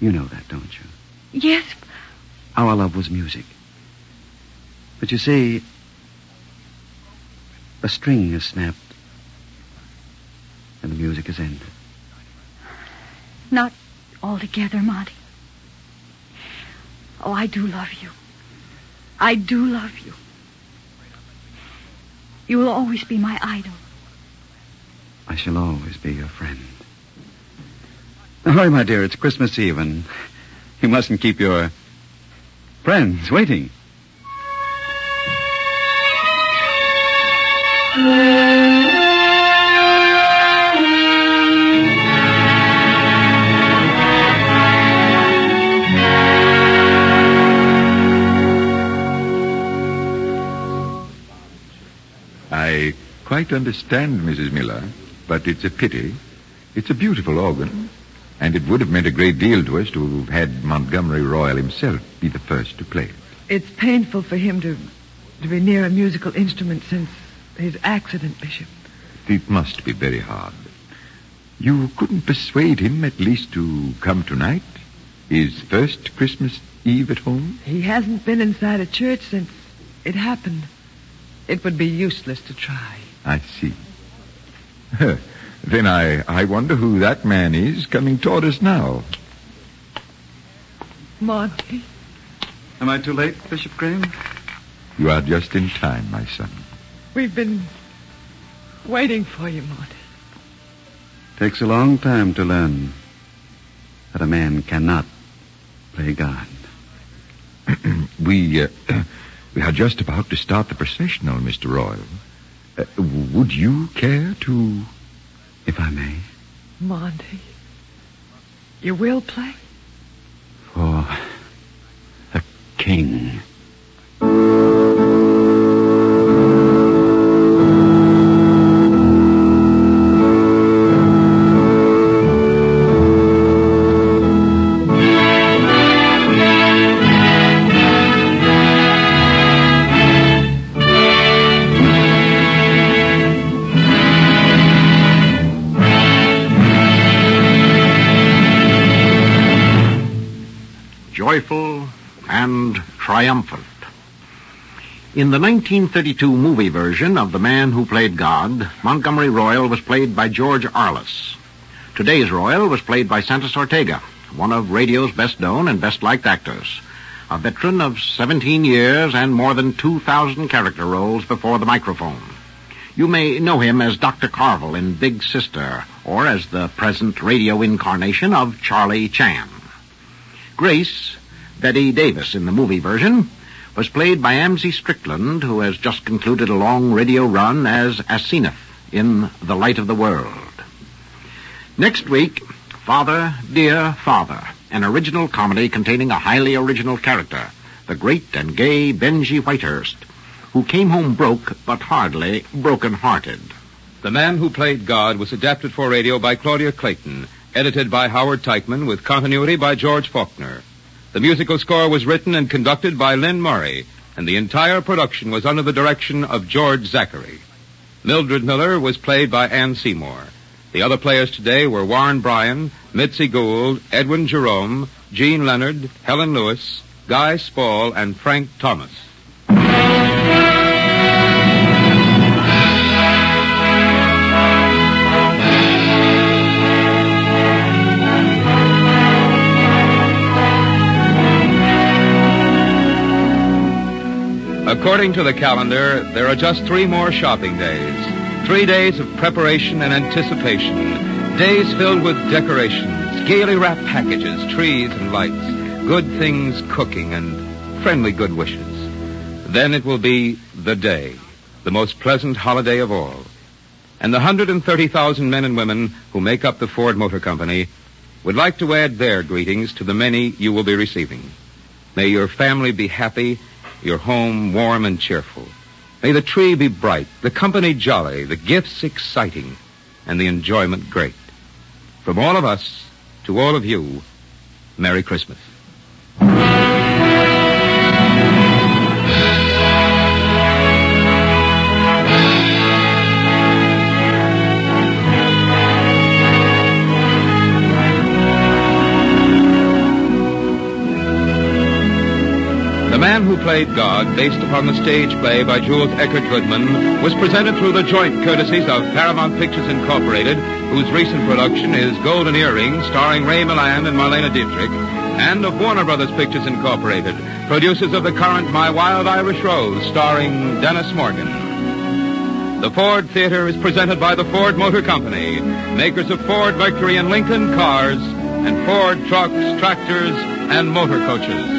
S7: You know that, don't you?
S6: Yes,
S7: Our love was music. But you see, a string is snapped, and the music is ended.
S6: not altogether, Marty. Oh, I do love you. I do love you. You will always be my idol.
S7: I shall always be your friend. Now, hurry, my dear. It's Christmas Eve, and you mustn't keep your friends waiting.
S19: Oh.
S11: I quite understand, Mrs. Miller, but it's a pity. It's a beautiful organ, and it would have meant a great deal to us to have had Montgomery Royal himself be the first to play it.
S5: It's painful for him to, to be near a musical instrument since his accident, Bishop.
S11: It must be very hard. You couldn't persuade him at least to come tonight? His first Christmas Eve at home?
S5: He hasn't been inside a church since it happened. It would be useless to try.
S11: I see. <laughs> then I, I wonder who that man is coming toward us now.
S5: Monty,
S7: Am I too late, Bishop Graham?
S11: You are just in time, my son.
S5: we've been waiting for you, Monty.
S7: Takes a long time to learn that a man cannot play God.
S11: <clears throat> We, uh, we are just about to start the processional, Mr. Royal. Uh, would you care to, if I may,
S5: Monty, you will play?
S11: for a king?
S2: joyful and triumphant. In the 1932 movie version of The Man Who Played God, Montgomery Royal was played by George Arliss. Today's Royal was played by Santos Ortega, one of radio's best known and best liked actors, a veteran of 17 years and more than 2,000 character roles before the microphone. You may know him as Dr. Carvel in Big Sister, or as the present radio incarnation of Charlie Chan. Grace, Betty Davis in the movie version, was played by Amzie Strickland, who has just concluded a long radio run as Aseneth in The Light of the World. Next week, Father, Dear Father, an original comedy containing a highly original character, the great and gay Benji Whitehurst, who came home broke but hardly broken-hearted.
S9: The Man Who Played God was adapted for radio by Claudia Clayton, edited by Howard Teichman, with continuity by George Faulkner. The musical score was written and conducted by Lynn Murray, and the entire production was under the direction of George Zachary. Mildred Miller was played by Ann Seymour. The other players today were Warren Bryan, Mitzi Gould, Edwin Jerome, Jean Leonard, Helen Lewis, Guy Spall, and Frank Thomas. According to the calendar, there are just three more shopping days. Three days of preparation and anticipation. Days filled with decorations, gaily wrapped packages, trees and lights, good things cooking, and friendly good wishes. Then it will be the day, the most pleasant holiday of all. And the 130,000 men and women who make up the Ford Motor Company would like to add their greetings to the many you will be receiving. May your family be happy your home warm and cheerful. May the tree be bright, the company jolly, the gifts exciting, and the enjoyment great. From all of us to all of you, Merry Christmas. The Man Who Played God, based upon the stage play by Jules Eckert Goodman, was presented through the joint courtesies of Paramount Pictures Incorporated, whose recent production is Golden Earring, starring Ray Milland and Marlena Dietrich, and of Warner Brothers Pictures Incorporated, producers of the current My Wild Irish Rose, starring Dennis Morgan. The Ford Theater is presented by the Ford Motor Company, makers of Ford Mercury and Lincoln cars, and Ford trucks, tractors, and motor coaches.